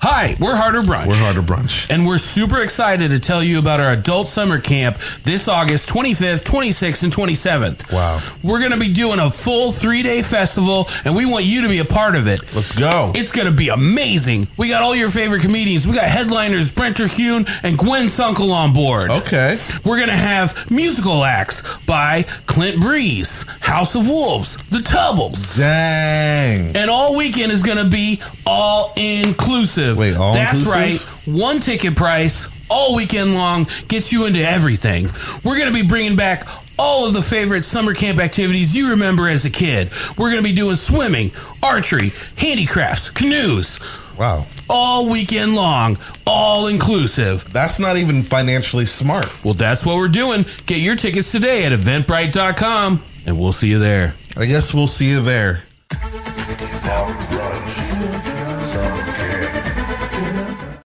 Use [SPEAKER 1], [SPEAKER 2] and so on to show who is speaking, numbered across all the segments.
[SPEAKER 1] Hi, we're Harder Brunch.
[SPEAKER 2] We're harder brunch.
[SPEAKER 1] And we're super excited to tell you about our adult summer camp this August 25th, 26th, and 27th.
[SPEAKER 2] Wow.
[SPEAKER 1] We're going to be doing a full three day festival, and we want you to be a part of it.
[SPEAKER 2] Let's go.
[SPEAKER 1] It's going to be amazing. We got all your favorite comedians. We got headliners Brenter Hune and Gwen Sunkel on board.
[SPEAKER 2] okay.
[SPEAKER 1] We're going to have musical acts by Clint Breeze, House of Wolves, The Tubbles.
[SPEAKER 2] Dang.
[SPEAKER 1] And all weekend is going to be all inclusive.
[SPEAKER 2] Wait, all
[SPEAKER 1] That's
[SPEAKER 2] inclusive?
[SPEAKER 1] right. One ticket price all weekend long gets you into everything. We're going to be bringing back all of the favorite summer camp activities you remember as a kid. We're going to be doing swimming, archery, handicrafts, canoes,
[SPEAKER 2] Wow.
[SPEAKER 1] all weekend long, all inclusive.
[SPEAKER 2] That's not even financially smart.
[SPEAKER 1] Well, that's what we're doing. Get your tickets today at eventbrite.com and we'll see you there.
[SPEAKER 2] I guess we'll see you there.
[SPEAKER 3] Hot brunch. Some kid.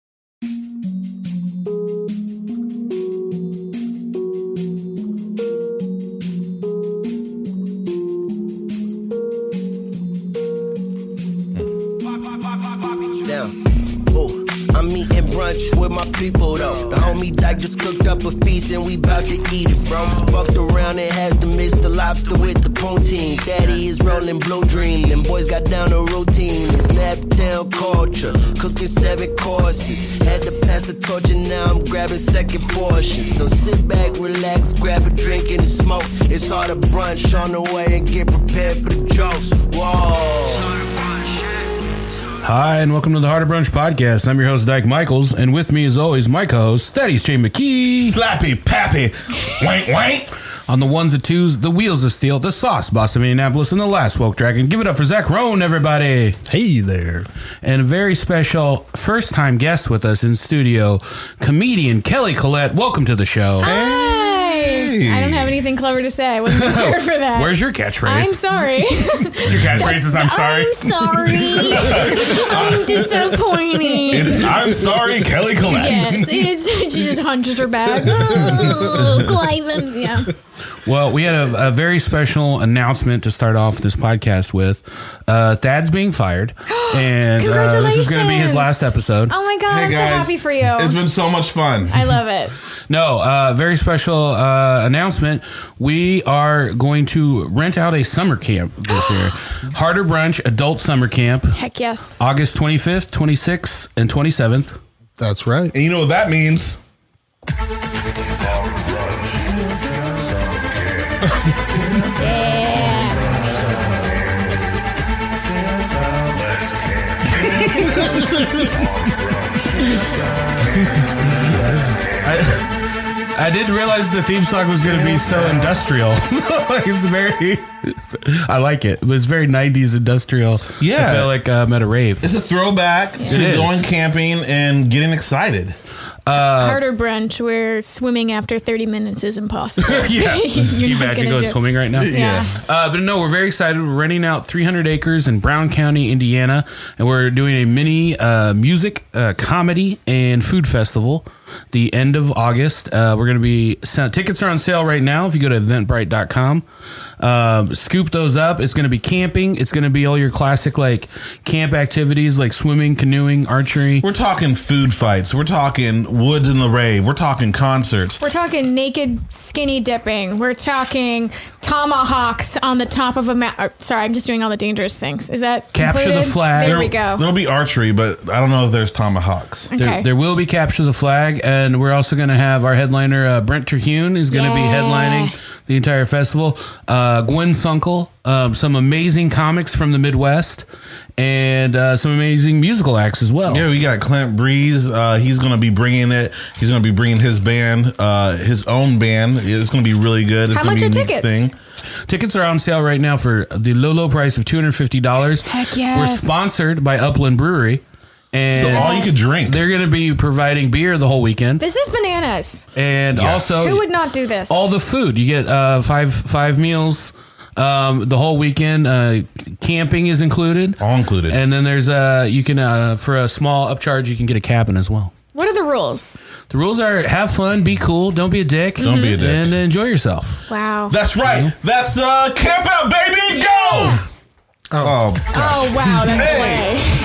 [SPEAKER 4] Now, ooh, I'm eating brunch with my people though. The homie Dyke just cooked up a feast and we bout to eat it, bro. Fucked around and has to mix the lobster with the poutine. Daddy is rolling blue dream. Them boys got down a routine. It's Naptown culture, cooking seven courses. Had to pass the torch and now I'm grabbing second portions. So sit back, relax, grab a drink and a smoke. It's all the brunch on the way and get prepared for the jokes. Whoa.
[SPEAKER 5] Hi, and welcome to the Heart of Brunch podcast. I'm your host, Dyke Michaels, and with me, as always, my co host, Steady's Jay McKee.
[SPEAKER 2] Slappy, pappy, wank, wank.
[SPEAKER 5] On the ones and twos, the wheels of steel, the sauce boss of Indianapolis, and the last woke dragon. Give it up for Zach Roan, everybody. Hey there. And a very special first time guest with us in studio, comedian Kelly Collette. Welcome to the show.
[SPEAKER 6] Hi. I don't have anything clever to say. I wasn't prepared for that.
[SPEAKER 5] Where's your catchphrase?
[SPEAKER 6] I'm sorry.
[SPEAKER 5] your catchphrase is I'm
[SPEAKER 6] I'm sorry. I'm disappointed.
[SPEAKER 2] It's I'm sorry, Kelly Collette.
[SPEAKER 6] Yes, it's she just hunches her back. Oh, Cliven. Yeah.
[SPEAKER 5] Well, we had a, a very special announcement to start off this podcast with. Uh, Thad's being fired, and uh, this is going to be his
[SPEAKER 6] Oh, Congratulations.
[SPEAKER 5] last episode.
[SPEAKER 6] Oh my god,
[SPEAKER 2] Hey,
[SPEAKER 6] I'm so
[SPEAKER 2] guys.
[SPEAKER 6] happy for you.
[SPEAKER 2] It's been so much fun.
[SPEAKER 6] I love it.
[SPEAKER 5] No, uh, very special uh, announcement. We are going to rent out a summer camp this year. Harder Brunch Adult Summer Camp,
[SPEAKER 6] Heck yes.
[SPEAKER 5] August 25th, 26th, and 27th.
[SPEAKER 7] That's right.
[SPEAKER 2] And you know what that means?
[SPEAKER 3] Hot brunch. Some kid. Let's
[SPEAKER 6] Yeah.
[SPEAKER 3] kid. Hot brunch.
[SPEAKER 5] I didn't realize the theme song was going to be so industrial. it's very, I like it. It was very 90s industrial.
[SPEAKER 2] Yeah.
[SPEAKER 5] I feel like uh, I'm at a rave.
[SPEAKER 2] It's a throwback to
[SPEAKER 5] is.
[SPEAKER 2] going camping and getting excited.
[SPEAKER 6] Harder brunch where swimming after 30 minutes is impossible.
[SPEAKER 5] yeah.
[SPEAKER 6] You're
[SPEAKER 5] you
[SPEAKER 6] not
[SPEAKER 5] imagine
[SPEAKER 6] gonna
[SPEAKER 5] going
[SPEAKER 6] do it.
[SPEAKER 5] swimming right now?
[SPEAKER 6] Yeah.
[SPEAKER 5] Uh, but no, we're very excited. We're renting out 300 acres in Brown County, Indiana, and we're doing a mini uh, music, uh, comedy, and food festival the end of August. Uh, we're going to be sent, tickets are on sale right now. If you go to eventbrite.com, uh, scoop those up. It's going to be camping. It's going to be all your classic like camp activities like swimming, canoeing, archery.
[SPEAKER 2] We're talking food fights. We're talking woods in the rave. We're talking concerts.
[SPEAKER 6] We're talking naked skinny dipping. We're talking tomahawks on the top of a mountain. Sorry, I'm just doing all the dangerous things. Is that
[SPEAKER 5] Capture the
[SPEAKER 6] included?
[SPEAKER 5] flag.
[SPEAKER 6] There we go.
[SPEAKER 2] There'll be archery, but I don't know if there's tomahawks.
[SPEAKER 6] Okay.
[SPEAKER 5] There, there will be capture the flag, and we're also going to have our headliner uh, Brent Terhune is going to
[SPEAKER 6] Yeah.
[SPEAKER 5] be headlining the entire festival. Uh, Gwen Sunkel, um, some amazing comics from the Midwest, and uh, some amazing musical acts as well.
[SPEAKER 2] Yeah, we got Clint Breeze. Uh, he's going to be bringing it. He's going to be bringing his band, uh, his own band. It's going to be really good. It's
[SPEAKER 6] How
[SPEAKER 2] gonna
[SPEAKER 6] much
[SPEAKER 2] be
[SPEAKER 6] are
[SPEAKER 2] a neat
[SPEAKER 6] tickets?
[SPEAKER 5] Tickets are on sale right now for the low low price of two hundred fifty dollars.
[SPEAKER 6] Heck yes.
[SPEAKER 5] We're sponsored by Upland Brewery,
[SPEAKER 2] So
[SPEAKER 5] and
[SPEAKER 2] all you can drink.
[SPEAKER 5] they're going to be providing beer the whole weekend,
[SPEAKER 6] This is bananas.
[SPEAKER 5] and also
[SPEAKER 6] Who would not do this?
[SPEAKER 5] Oh, all the food. You get uh, five five meals um, the whole weekend. Uh, camping is included,
[SPEAKER 2] All included.
[SPEAKER 5] and then there's uh, you can uh, for a small upcharge you can get a cabin as well.
[SPEAKER 6] what are the rules?
[SPEAKER 5] The rules are: have fun, be cool, don't be a dick,
[SPEAKER 2] Don't be a dick.
[SPEAKER 5] and enjoy yourself.
[SPEAKER 6] Wow.
[SPEAKER 2] That's right. That's uh, camp out, baby. Go.
[SPEAKER 6] Yeah.
[SPEAKER 2] Oh,
[SPEAKER 6] oh wow, that's
[SPEAKER 2] Hey.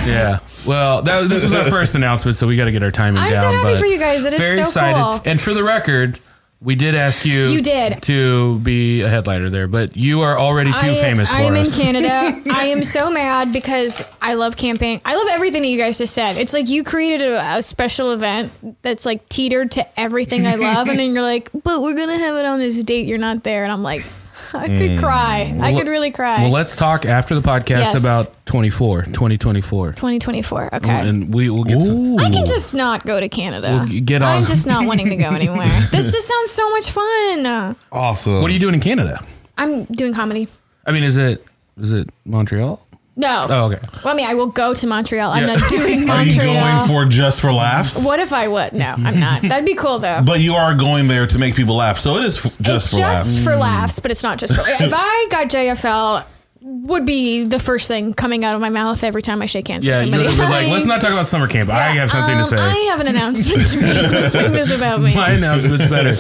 [SPEAKER 6] way.
[SPEAKER 5] Yeah, Well, that, this was our first announcement, so we got to get our timing
[SPEAKER 6] I'm so
[SPEAKER 5] down.
[SPEAKER 6] happy
[SPEAKER 5] but
[SPEAKER 6] for you guys. That is
[SPEAKER 5] very
[SPEAKER 6] so
[SPEAKER 5] excited.
[SPEAKER 6] cool.
[SPEAKER 5] And for the record, we did ask you.
[SPEAKER 6] You did.
[SPEAKER 5] to be a headliner there, but you are already too
[SPEAKER 6] I,
[SPEAKER 5] famous for
[SPEAKER 6] I am
[SPEAKER 5] us.
[SPEAKER 6] in Canada. I am so mad because I love camping. I love everything that you guys just said. It's like you created a, a special event that's like teetered to everything I love, and then you're like, "But we're gonna have it on this date. You're not there," and I'm like, I could cry. I could really cry.
[SPEAKER 5] Mm. Well, let's talk after the podcast
[SPEAKER 6] Yes.
[SPEAKER 5] about 24, 2024.
[SPEAKER 6] 2024. Okay.
[SPEAKER 5] And we will get some.
[SPEAKER 6] I can just not go to Canada.
[SPEAKER 5] We'll get on-
[SPEAKER 6] I'm just not wanting to go anywhere. this just sounds so much fun.
[SPEAKER 2] Awesome.
[SPEAKER 5] What are you doing in Canada?
[SPEAKER 6] I'm doing comedy.
[SPEAKER 5] I mean, is it is it Montreal?
[SPEAKER 6] No.
[SPEAKER 5] Oh, okay.
[SPEAKER 6] Well, I mean, I will go to Montreal.
[SPEAKER 5] Yeah.
[SPEAKER 6] I'm not doing
[SPEAKER 2] Are you
[SPEAKER 6] Montreal.
[SPEAKER 2] going for just for laughs?
[SPEAKER 6] what if I would? No, I'm not. That'd be cool though.
[SPEAKER 2] But you are going there to make people laugh, so it is f- just
[SPEAKER 6] it's
[SPEAKER 2] for
[SPEAKER 6] just
[SPEAKER 2] laughs.
[SPEAKER 6] for laughs, but it's not just for If I got JFL, would be the first thing coming out of my mouth every time I shake hands
[SPEAKER 5] Yeah,
[SPEAKER 6] with
[SPEAKER 5] you
[SPEAKER 6] somebody.
[SPEAKER 5] would have been like, let's not talk about summer camp. I have something to
[SPEAKER 6] Um,
[SPEAKER 5] say.
[SPEAKER 6] I have an announcement to make. Let's make this about me.
[SPEAKER 5] My announcement's better.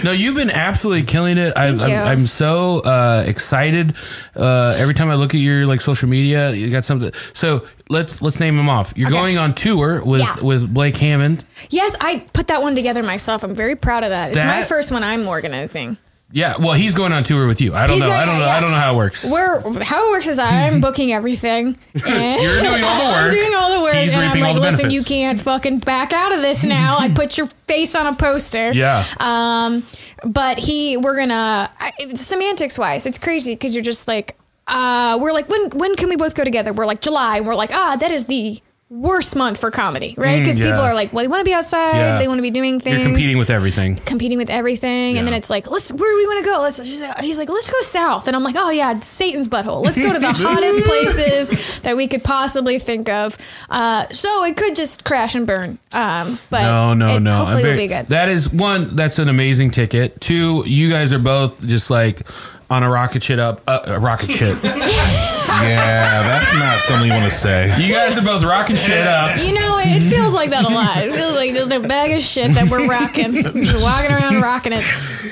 [SPEAKER 5] No, you've been absolutely killing it. I, I'm,
[SPEAKER 6] you.
[SPEAKER 5] I'm so uh, excited uh, every time I look at your like social media. You got something. So let's let's name them off. You're
[SPEAKER 6] Okay.
[SPEAKER 5] going on tour with
[SPEAKER 6] Yeah.
[SPEAKER 5] with Blake Hammond.
[SPEAKER 6] Yes, I put that one together myself. I'm very proud of that. It's my
[SPEAKER 5] That-
[SPEAKER 6] first one I'm organizing.
[SPEAKER 5] Yeah, well, he's going on tour with you. I don't
[SPEAKER 6] He's
[SPEAKER 5] know. I
[SPEAKER 6] going-
[SPEAKER 5] don't know.
[SPEAKER 6] yeah.
[SPEAKER 5] I don't know how it works.
[SPEAKER 6] Where how it works is I'm booking everything. And
[SPEAKER 5] You're doing all the
[SPEAKER 6] I'm
[SPEAKER 5] work.
[SPEAKER 6] doing all the work,
[SPEAKER 5] He's
[SPEAKER 6] and I'm
[SPEAKER 5] reaping all
[SPEAKER 6] like,
[SPEAKER 5] the
[SPEAKER 6] listen, you
[SPEAKER 5] benefits."
[SPEAKER 6] can't fucking back out of this now. I put your face on a poster.
[SPEAKER 5] Yeah.
[SPEAKER 6] Um, but he, we're gonna I, it's semantics wise, it's crazy because you're just like, uh, we're like, when when can we both go together? We're like July. And we're like, ah, that is the worst month for comedy, right? Because
[SPEAKER 5] Mm, yeah.
[SPEAKER 6] people are like, well, they want to be outside,
[SPEAKER 5] Yeah.
[SPEAKER 6] they want to be doing things
[SPEAKER 5] You're competing with everything.
[SPEAKER 6] competing with everything. And then
[SPEAKER 5] Yeah.
[SPEAKER 6] it's like, let's where do we want to go? Let's. she's like- He's like, let's go south. And I'm like, oh yeah, Satan's butthole. Let's go to the hottest places that we could possibly think of. Uh, so it could just crash and burn. Um, but
[SPEAKER 5] No, no,
[SPEAKER 6] it-
[SPEAKER 5] no. I'm
[SPEAKER 6] Hopefully
[SPEAKER 5] very-
[SPEAKER 6] it'll be good.
[SPEAKER 5] That is one. That's an amazing ticket. Two, you guys are both just like on a rocket shit up. Uh, a rocket shit.
[SPEAKER 2] Yeah, that's not something you want to say.
[SPEAKER 5] you guys are both rocking shit up.
[SPEAKER 6] you know, it feels like that a lot. It feels like just a bag of shit that we're rocking, just walking around rocking it.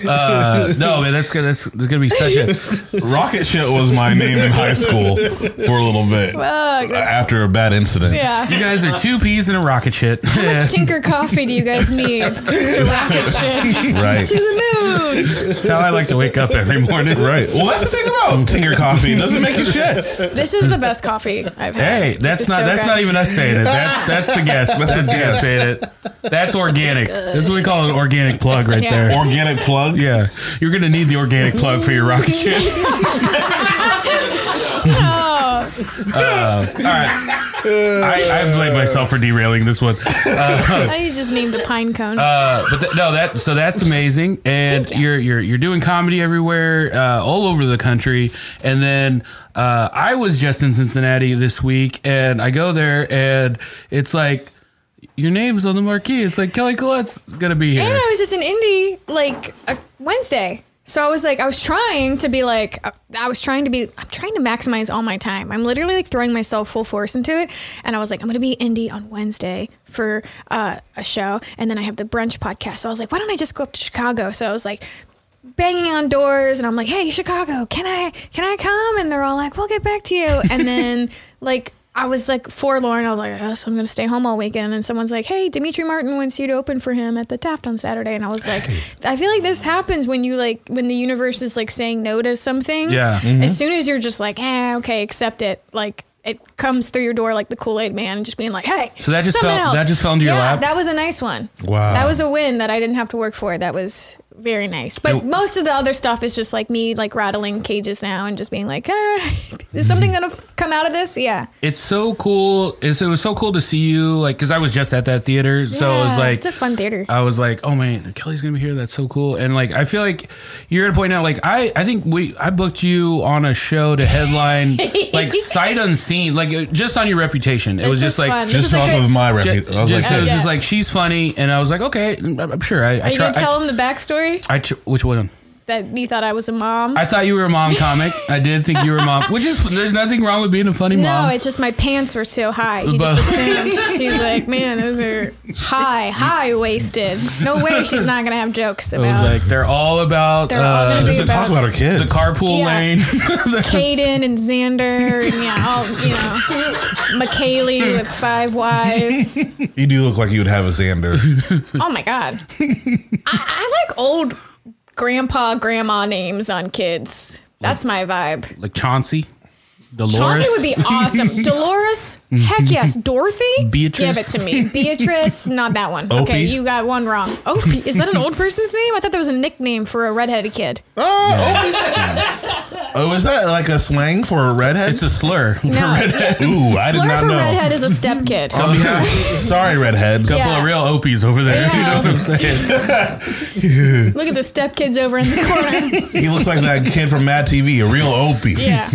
[SPEAKER 5] Uh, no, man, that's gonna that's, that's gonna be such a.
[SPEAKER 2] Rocket shit was my name in high school for a little bit
[SPEAKER 6] Fuck, that's-
[SPEAKER 2] after a bad incident.
[SPEAKER 6] yeah.
[SPEAKER 5] You guys are two peas in a rocket shit.
[SPEAKER 6] How much Tinker coffee do you guys need to rocket shit
[SPEAKER 2] Right.
[SPEAKER 6] to the moon?
[SPEAKER 5] that's how I like to wake up every morning.
[SPEAKER 2] Right. Well, that's the thing about Tinker Coffee. It doesn't make you shit.
[SPEAKER 6] This is the best coffee I've had.
[SPEAKER 5] Hey, that's
[SPEAKER 6] is
[SPEAKER 5] not
[SPEAKER 6] so
[SPEAKER 5] that's
[SPEAKER 6] good.
[SPEAKER 5] not even us saying it. That's that's the guest. That's, the guest saying it. That's organic. This is what we call an organic plug right
[SPEAKER 6] Yeah.
[SPEAKER 5] there.
[SPEAKER 2] Organic plug.
[SPEAKER 5] yeah, you're gonna need the organic plug for your rocket ship.
[SPEAKER 6] Oh,
[SPEAKER 5] I, I blame myself for derailing this one.
[SPEAKER 6] I just named a pine cone.
[SPEAKER 5] Uh, but th- no, that so that's amazing, and
[SPEAKER 6] Thank you.
[SPEAKER 5] you're you're you're doing comedy everywhere, uh, all over the country. And then uh, I was just in Cincinnati this week, and I go there, and it's like your name's on the marquee. It's like Kelly Collette's gonna be here.
[SPEAKER 6] and I was just in Indy like a Wednesday. So I was like, I was trying to be like, uh, I was trying to be, I'm trying to maximize all my time. I'm literally like throwing myself full force into it. And I was like, I'm going to be in Indy on Wednesday for uh, a show. And then I have the brunch podcast. So I was like, why don't I just go up to Chicago? So I was like, banging on doors and I'm like, "Hey, Chicago, can I can I come?" And they're all like, "We'll get back to you." And then like I was like forlorn. I was like, "Oh, so I'm gonna stay home all weekend." And someone's like, "Hey, Dimitri Martin wants you to open for him at the Taft on Saturday." And I was like, "I feel like this happens when you like when the universe is like saying no to some things.
[SPEAKER 5] Yeah.
[SPEAKER 6] As soon as you're just like, "Ah, okay, accept it," like it comes through your door like the Kool Aid Man, just being like, "Hey."
[SPEAKER 5] So that just
[SPEAKER 6] something
[SPEAKER 5] fell-
[SPEAKER 6] else."
[SPEAKER 5] that just fell into your
[SPEAKER 6] Yeah,
[SPEAKER 5] lap?
[SPEAKER 6] That was a nice one.
[SPEAKER 2] Wow.
[SPEAKER 6] That was a win that I didn't have to work for. That was very nice. But
[SPEAKER 5] Nope.
[SPEAKER 6] most of the other stuff is just like me like rattling cages now and just being like, ah, is something gonna come out of this? Yeah.
[SPEAKER 5] it's so cool. It's, it was so cool to see you, like, because I was just at that theater, so it was
[SPEAKER 6] Yeah,
[SPEAKER 5] like
[SPEAKER 6] it's a fun theater.
[SPEAKER 5] I was like, oh man, Kelly's gonna be here. That's so cool. And like, I feel like you're at a point now. Like, I I think we I booked you on a show to headline like sight unseen, like uh, just on your reputation. It was
[SPEAKER 6] This
[SPEAKER 5] just
[SPEAKER 6] is
[SPEAKER 5] like.
[SPEAKER 6] fun. This
[SPEAKER 2] Just
[SPEAKER 6] is
[SPEAKER 2] off
[SPEAKER 6] like a-
[SPEAKER 2] of my
[SPEAKER 5] ju-
[SPEAKER 2] reputation. I was
[SPEAKER 5] just,
[SPEAKER 2] like,
[SPEAKER 5] it was
[SPEAKER 2] hey,
[SPEAKER 5] just like she's funny, and I was like, okay, I'm I'm sure. I, I
[SPEAKER 6] Are you
[SPEAKER 5] try.
[SPEAKER 6] gonna tell
[SPEAKER 5] I,
[SPEAKER 6] him the backstory?
[SPEAKER 5] I tr- which one?
[SPEAKER 6] that you thought I was a mom.
[SPEAKER 5] I thought you were a mom comic. I did think you were a mom, which is there's nothing wrong with being a funny
[SPEAKER 6] no,
[SPEAKER 5] mom.
[SPEAKER 6] it's just my pants were so high. He just assumed. He's like, man, those are high, high waisted. No way she's not gonna have jokes
[SPEAKER 5] it was
[SPEAKER 6] about
[SPEAKER 5] like they're all about
[SPEAKER 6] They're all
[SPEAKER 5] uh,
[SPEAKER 6] gonna be
[SPEAKER 2] Doesn't talk about her kids.
[SPEAKER 5] the carpool
[SPEAKER 6] Yeah.
[SPEAKER 5] lane.
[SPEAKER 6] Caden and Xander and yeah, all you know, McKaylee with five Ys.
[SPEAKER 2] You do look like you would have a Xander.
[SPEAKER 6] Oh my god, I, I like old grandpa, grandma names on kids. That's my vibe.
[SPEAKER 5] like Chauncey, Dolores.
[SPEAKER 6] Chauncey would be awesome. Dolores, heck yes. Dorothy, give it
[SPEAKER 5] Beatrice.
[SPEAKER 6] to me. Beatrice, not that one.
[SPEAKER 2] Opie.
[SPEAKER 6] Okay, you got one wrong. Opie, is that an old person's name? I thought that was a nickname for a redheaded kid.
[SPEAKER 2] oh, is that like a slang for a redhead?
[SPEAKER 5] It's a slur.
[SPEAKER 6] No, yeah.
[SPEAKER 2] Ooh, I did
[SPEAKER 6] slur
[SPEAKER 2] not
[SPEAKER 6] for
[SPEAKER 2] know. Um,
[SPEAKER 6] redhead is a step kid.
[SPEAKER 5] Oh,
[SPEAKER 2] On behalf- Sorry, redheads.
[SPEAKER 5] Couple
[SPEAKER 6] Yeah.
[SPEAKER 5] of real opies over there. You
[SPEAKER 6] Yeah.
[SPEAKER 5] know what I'm saying?
[SPEAKER 6] Look at the step kids over in the corner.
[SPEAKER 2] He looks like that kid from Mad TV, a real Opie.
[SPEAKER 6] Yeah,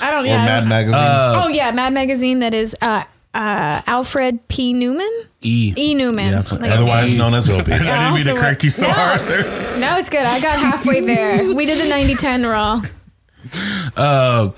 [SPEAKER 6] I don't.
[SPEAKER 2] Or
[SPEAKER 6] Yeah, I
[SPEAKER 2] Mad
[SPEAKER 6] don't-
[SPEAKER 2] Magazine.
[SPEAKER 6] Oh yeah, Mad Magazine. That is uh, uh, Alfred P. Newman.
[SPEAKER 5] E.
[SPEAKER 6] E. Newman.
[SPEAKER 5] Yeah,
[SPEAKER 6] Like,
[SPEAKER 2] Otherwise known as Opie.
[SPEAKER 5] I didn't mean
[SPEAKER 6] also
[SPEAKER 5] to correct you so
[SPEAKER 6] No.
[SPEAKER 5] hard.
[SPEAKER 6] No, it's good. I got halfway there. We did the 90-10 rule.
[SPEAKER 5] Uh,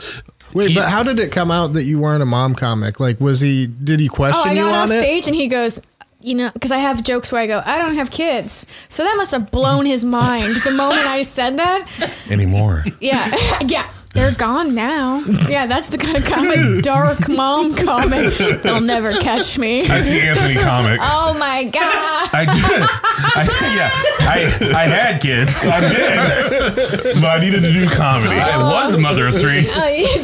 [SPEAKER 7] Wait,
[SPEAKER 5] He-
[SPEAKER 7] but how did it come out that you weren't a mom comic? Like, was he? Did he
[SPEAKER 6] Oh,
[SPEAKER 7] question
[SPEAKER 6] I
[SPEAKER 7] you
[SPEAKER 6] got off
[SPEAKER 7] on it?
[SPEAKER 6] stage and he goes, you know, because I have jokes where I go, I don't have kids. So that must have blown his mind the moment I said that.
[SPEAKER 2] Anymore.
[SPEAKER 6] Yeah. yeah. They're gone now. Yeah, that's the kind of comic, dark mom comic. They'll never catch me.
[SPEAKER 2] That's the Anthony comic.
[SPEAKER 6] Oh my God.
[SPEAKER 5] I did. I yeah. I I had kids.
[SPEAKER 2] I did. But I needed to do comedy.
[SPEAKER 5] I was a mother of three.
[SPEAKER 6] Uh,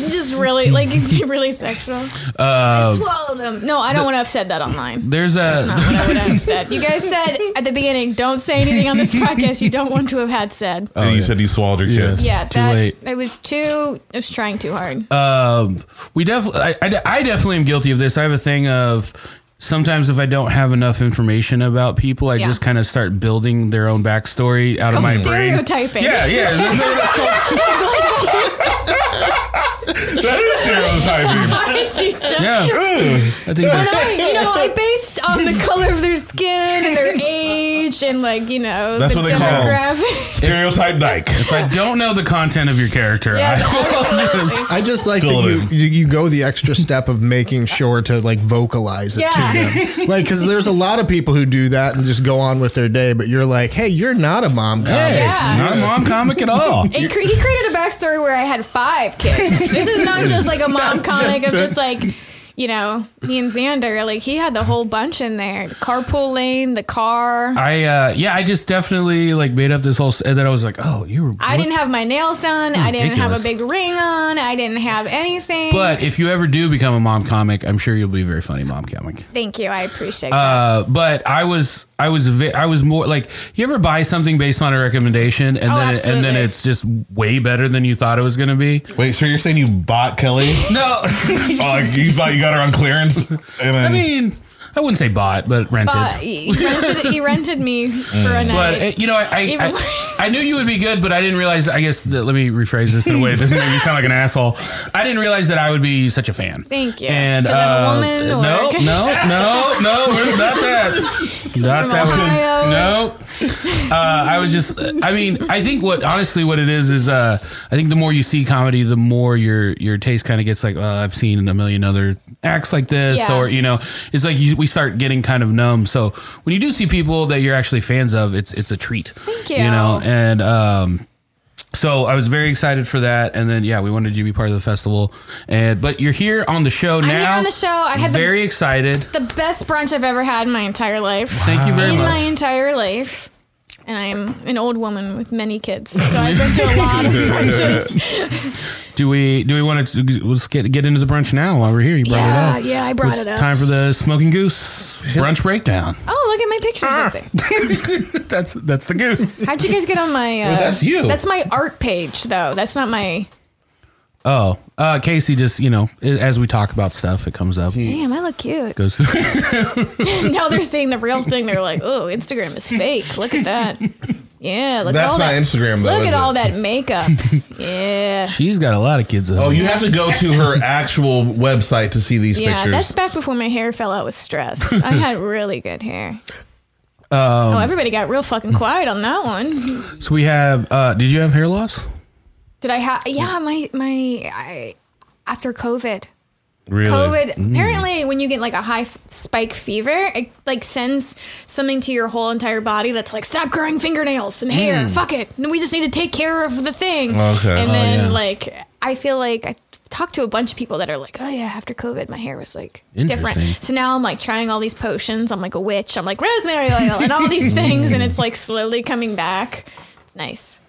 [SPEAKER 6] just really, like, really sexual.
[SPEAKER 5] Uh,
[SPEAKER 6] I swallowed him. No, I don't want to have said that online.
[SPEAKER 5] There's a
[SPEAKER 6] Not what I would have said. You guys said at the beginning, don't say anything on this podcast you don't want to have had said.
[SPEAKER 2] and you said you swallowed your kids.
[SPEAKER 6] Yeah,
[SPEAKER 5] Too
[SPEAKER 6] that,
[SPEAKER 5] late.
[SPEAKER 6] It was too. It was trying too hard.
[SPEAKER 5] um, we definitely. I, I de- I definitely am guilty of this. I have a thing of sometimes if I don't have enough information about people, I
[SPEAKER 6] Yeah.
[SPEAKER 5] just kind of start building their own backstory out of
[SPEAKER 6] Called
[SPEAKER 5] my brain.
[SPEAKER 6] stereotyping.
[SPEAKER 5] Yeah, yeah.
[SPEAKER 2] That is stereotyping.
[SPEAKER 6] Why did you just-
[SPEAKER 5] yeah. I think
[SPEAKER 6] No,
[SPEAKER 5] that's,
[SPEAKER 6] you know, like based on the color of their skin and their age and like you know
[SPEAKER 2] That's
[SPEAKER 6] the
[SPEAKER 2] what they call 'em.
[SPEAKER 6] demographic.
[SPEAKER 2] Stereotype dyke.
[SPEAKER 5] if I don't know the content of your character,
[SPEAKER 6] Yes,
[SPEAKER 5] I will
[SPEAKER 6] absolutely.
[SPEAKER 5] just.
[SPEAKER 7] I just like that
[SPEAKER 2] Fill it
[SPEAKER 7] you, you you go the extra step of making sure to like vocalize it
[SPEAKER 6] Yeah.
[SPEAKER 7] to them, like because there's a lot of people who do that and just go on with their day. But you're like, hey, you're not a mom comic.
[SPEAKER 6] Yeah.
[SPEAKER 5] Not a mom comic at all.
[SPEAKER 6] It cre- he created a backstory where I had five kids. This is not just like a mom comic of just like, you know, me and Xander. Like he had the whole bunch in there. The carpool lane, the car.
[SPEAKER 5] I uh yeah, I just definitely like made up this whole s- and then I was like, "Oh, you were
[SPEAKER 6] I didn't have my nails done. I didn't have a
[SPEAKER 5] Ridiculous.
[SPEAKER 6] big ring on. I didn't have anything.
[SPEAKER 5] But if you ever do become a mom comic, I'm sure you'll be a very funny mom comic.
[SPEAKER 6] Thank you. I appreciate that.
[SPEAKER 5] Uh, but I was, I was, ve- I was more like, you ever buy something based on a recommendation and
[SPEAKER 6] Oh,
[SPEAKER 5] then, it- and then
[SPEAKER 6] absolutely.
[SPEAKER 5] it's just way better than you thought it was going to be?
[SPEAKER 2] Wait, so you're saying you bought Kelly?
[SPEAKER 5] No,
[SPEAKER 2] Oh, like you thought you got her on clearance? And then
[SPEAKER 5] I mean, I wouldn't say bought, but rented.
[SPEAKER 6] But he rented, he rented me for a night.
[SPEAKER 5] but uh, you know, I I,
[SPEAKER 6] Even worse.
[SPEAKER 5] I, I knew you would be good, but I didn't realize. I guess that, let me rephrase this in a way. that doesn't make me sound like an asshole. I didn't realize that I would be such a fan.
[SPEAKER 6] Thank you.
[SPEAKER 5] And
[SPEAKER 6] 'Cause I'm a
[SPEAKER 5] uh,
[SPEAKER 6] woman,
[SPEAKER 5] no,
[SPEAKER 6] or-
[SPEAKER 5] no, no, no, we're not that. Not
[SPEAKER 6] From
[SPEAKER 5] that.
[SPEAKER 6] Ohio.
[SPEAKER 5] one. No. Uh, I was just. I mean, I think what honestly what it is is. Uh, I think the more you see comedy, the more your your taste kind of gets like. Uh, I've seen a million other acts like this,
[SPEAKER 6] Yeah.
[SPEAKER 5] or you know, it's like you, we start getting kind of numb. So when you do see people that you're actually fans of, it's it's a treat. Thank
[SPEAKER 6] you.
[SPEAKER 5] You know, and um, so I was very excited for that, and then yeah, we wanted you to be part of the festival, and but you're here on the show now.
[SPEAKER 6] here on the show. I had the-
[SPEAKER 5] very excited.
[SPEAKER 6] the best brunch I've ever had in my entire life.
[SPEAKER 5] Thank you very
[SPEAKER 6] in my
[SPEAKER 5] much.
[SPEAKER 6] entire life. And I'm an old woman with many kids, so I've been to a lot of brunches.
[SPEAKER 5] Do we do we want to let's get get into the brunch now while we're here? You brought
[SPEAKER 6] Yeah,
[SPEAKER 5] it up.
[SPEAKER 6] yeah, I brought
[SPEAKER 5] it's
[SPEAKER 6] it up.
[SPEAKER 5] time for the smoking goose brunch breakdown.
[SPEAKER 6] Oh, look at my pictures up
[SPEAKER 5] Ah.
[SPEAKER 6] there.
[SPEAKER 5] That's that's the goose.
[SPEAKER 6] How'd you guys get on my? Uh,
[SPEAKER 2] that's you.
[SPEAKER 6] That's my art page, though. That's not my.
[SPEAKER 5] Oh, uh, Casey, just you know, i- as we talk about stuff, it comes up.
[SPEAKER 6] Damn, I look cute.
[SPEAKER 5] Goes,
[SPEAKER 6] now they're seeing the real thing. They're like, "Oh, Instagram is fake. Look at that. Yeah, look at
[SPEAKER 2] That's
[SPEAKER 6] all
[SPEAKER 2] not
[SPEAKER 6] that.
[SPEAKER 2] Instagram, though,
[SPEAKER 6] Look
[SPEAKER 2] is
[SPEAKER 6] at
[SPEAKER 2] it?
[SPEAKER 6] all that makeup. yeah,
[SPEAKER 5] she's got a lot of kids. At
[SPEAKER 2] Oh,
[SPEAKER 5] home.
[SPEAKER 2] you have to go to her actual website to see these
[SPEAKER 6] yeah.
[SPEAKER 2] pictures.
[SPEAKER 6] That's back before my hair fell out with stress. I had really good hair.
[SPEAKER 2] Um,
[SPEAKER 6] oh, everybody got real fucking quiet on that one.
[SPEAKER 5] So we have. Uh, did you have hair loss?
[SPEAKER 6] Did I have? Yeah, my my I, after COVID.
[SPEAKER 2] Really?
[SPEAKER 6] COVID.
[SPEAKER 5] Mm.
[SPEAKER 6] Apparently, when you get like a high f- spike fever, it like sends something to your whole entire body that's like, stop growing fingernails and hair.
[SPEAKER 5] Mm.
[SPEAKER 6] Fuck it. No, we just need to take care of the thing.
[SPEAKER 2] Okay.
[SPEAKER 6] And
[SPEAKER 2] Oh,
[SPEAKER 6] then
[SPEAKER 5] yeah.
[SPEAKER 6] like, I feel like I talked to a bunch of people that are like, oh yeah, after COVID, my hair was like different.
[SPEAKER 5] Interesting.
[SPEAKER 6] So now I'm like trying all these potions. I'm like a witch. I'm like rosemary oil and all these things, and it's like slowly coming back. It's nice.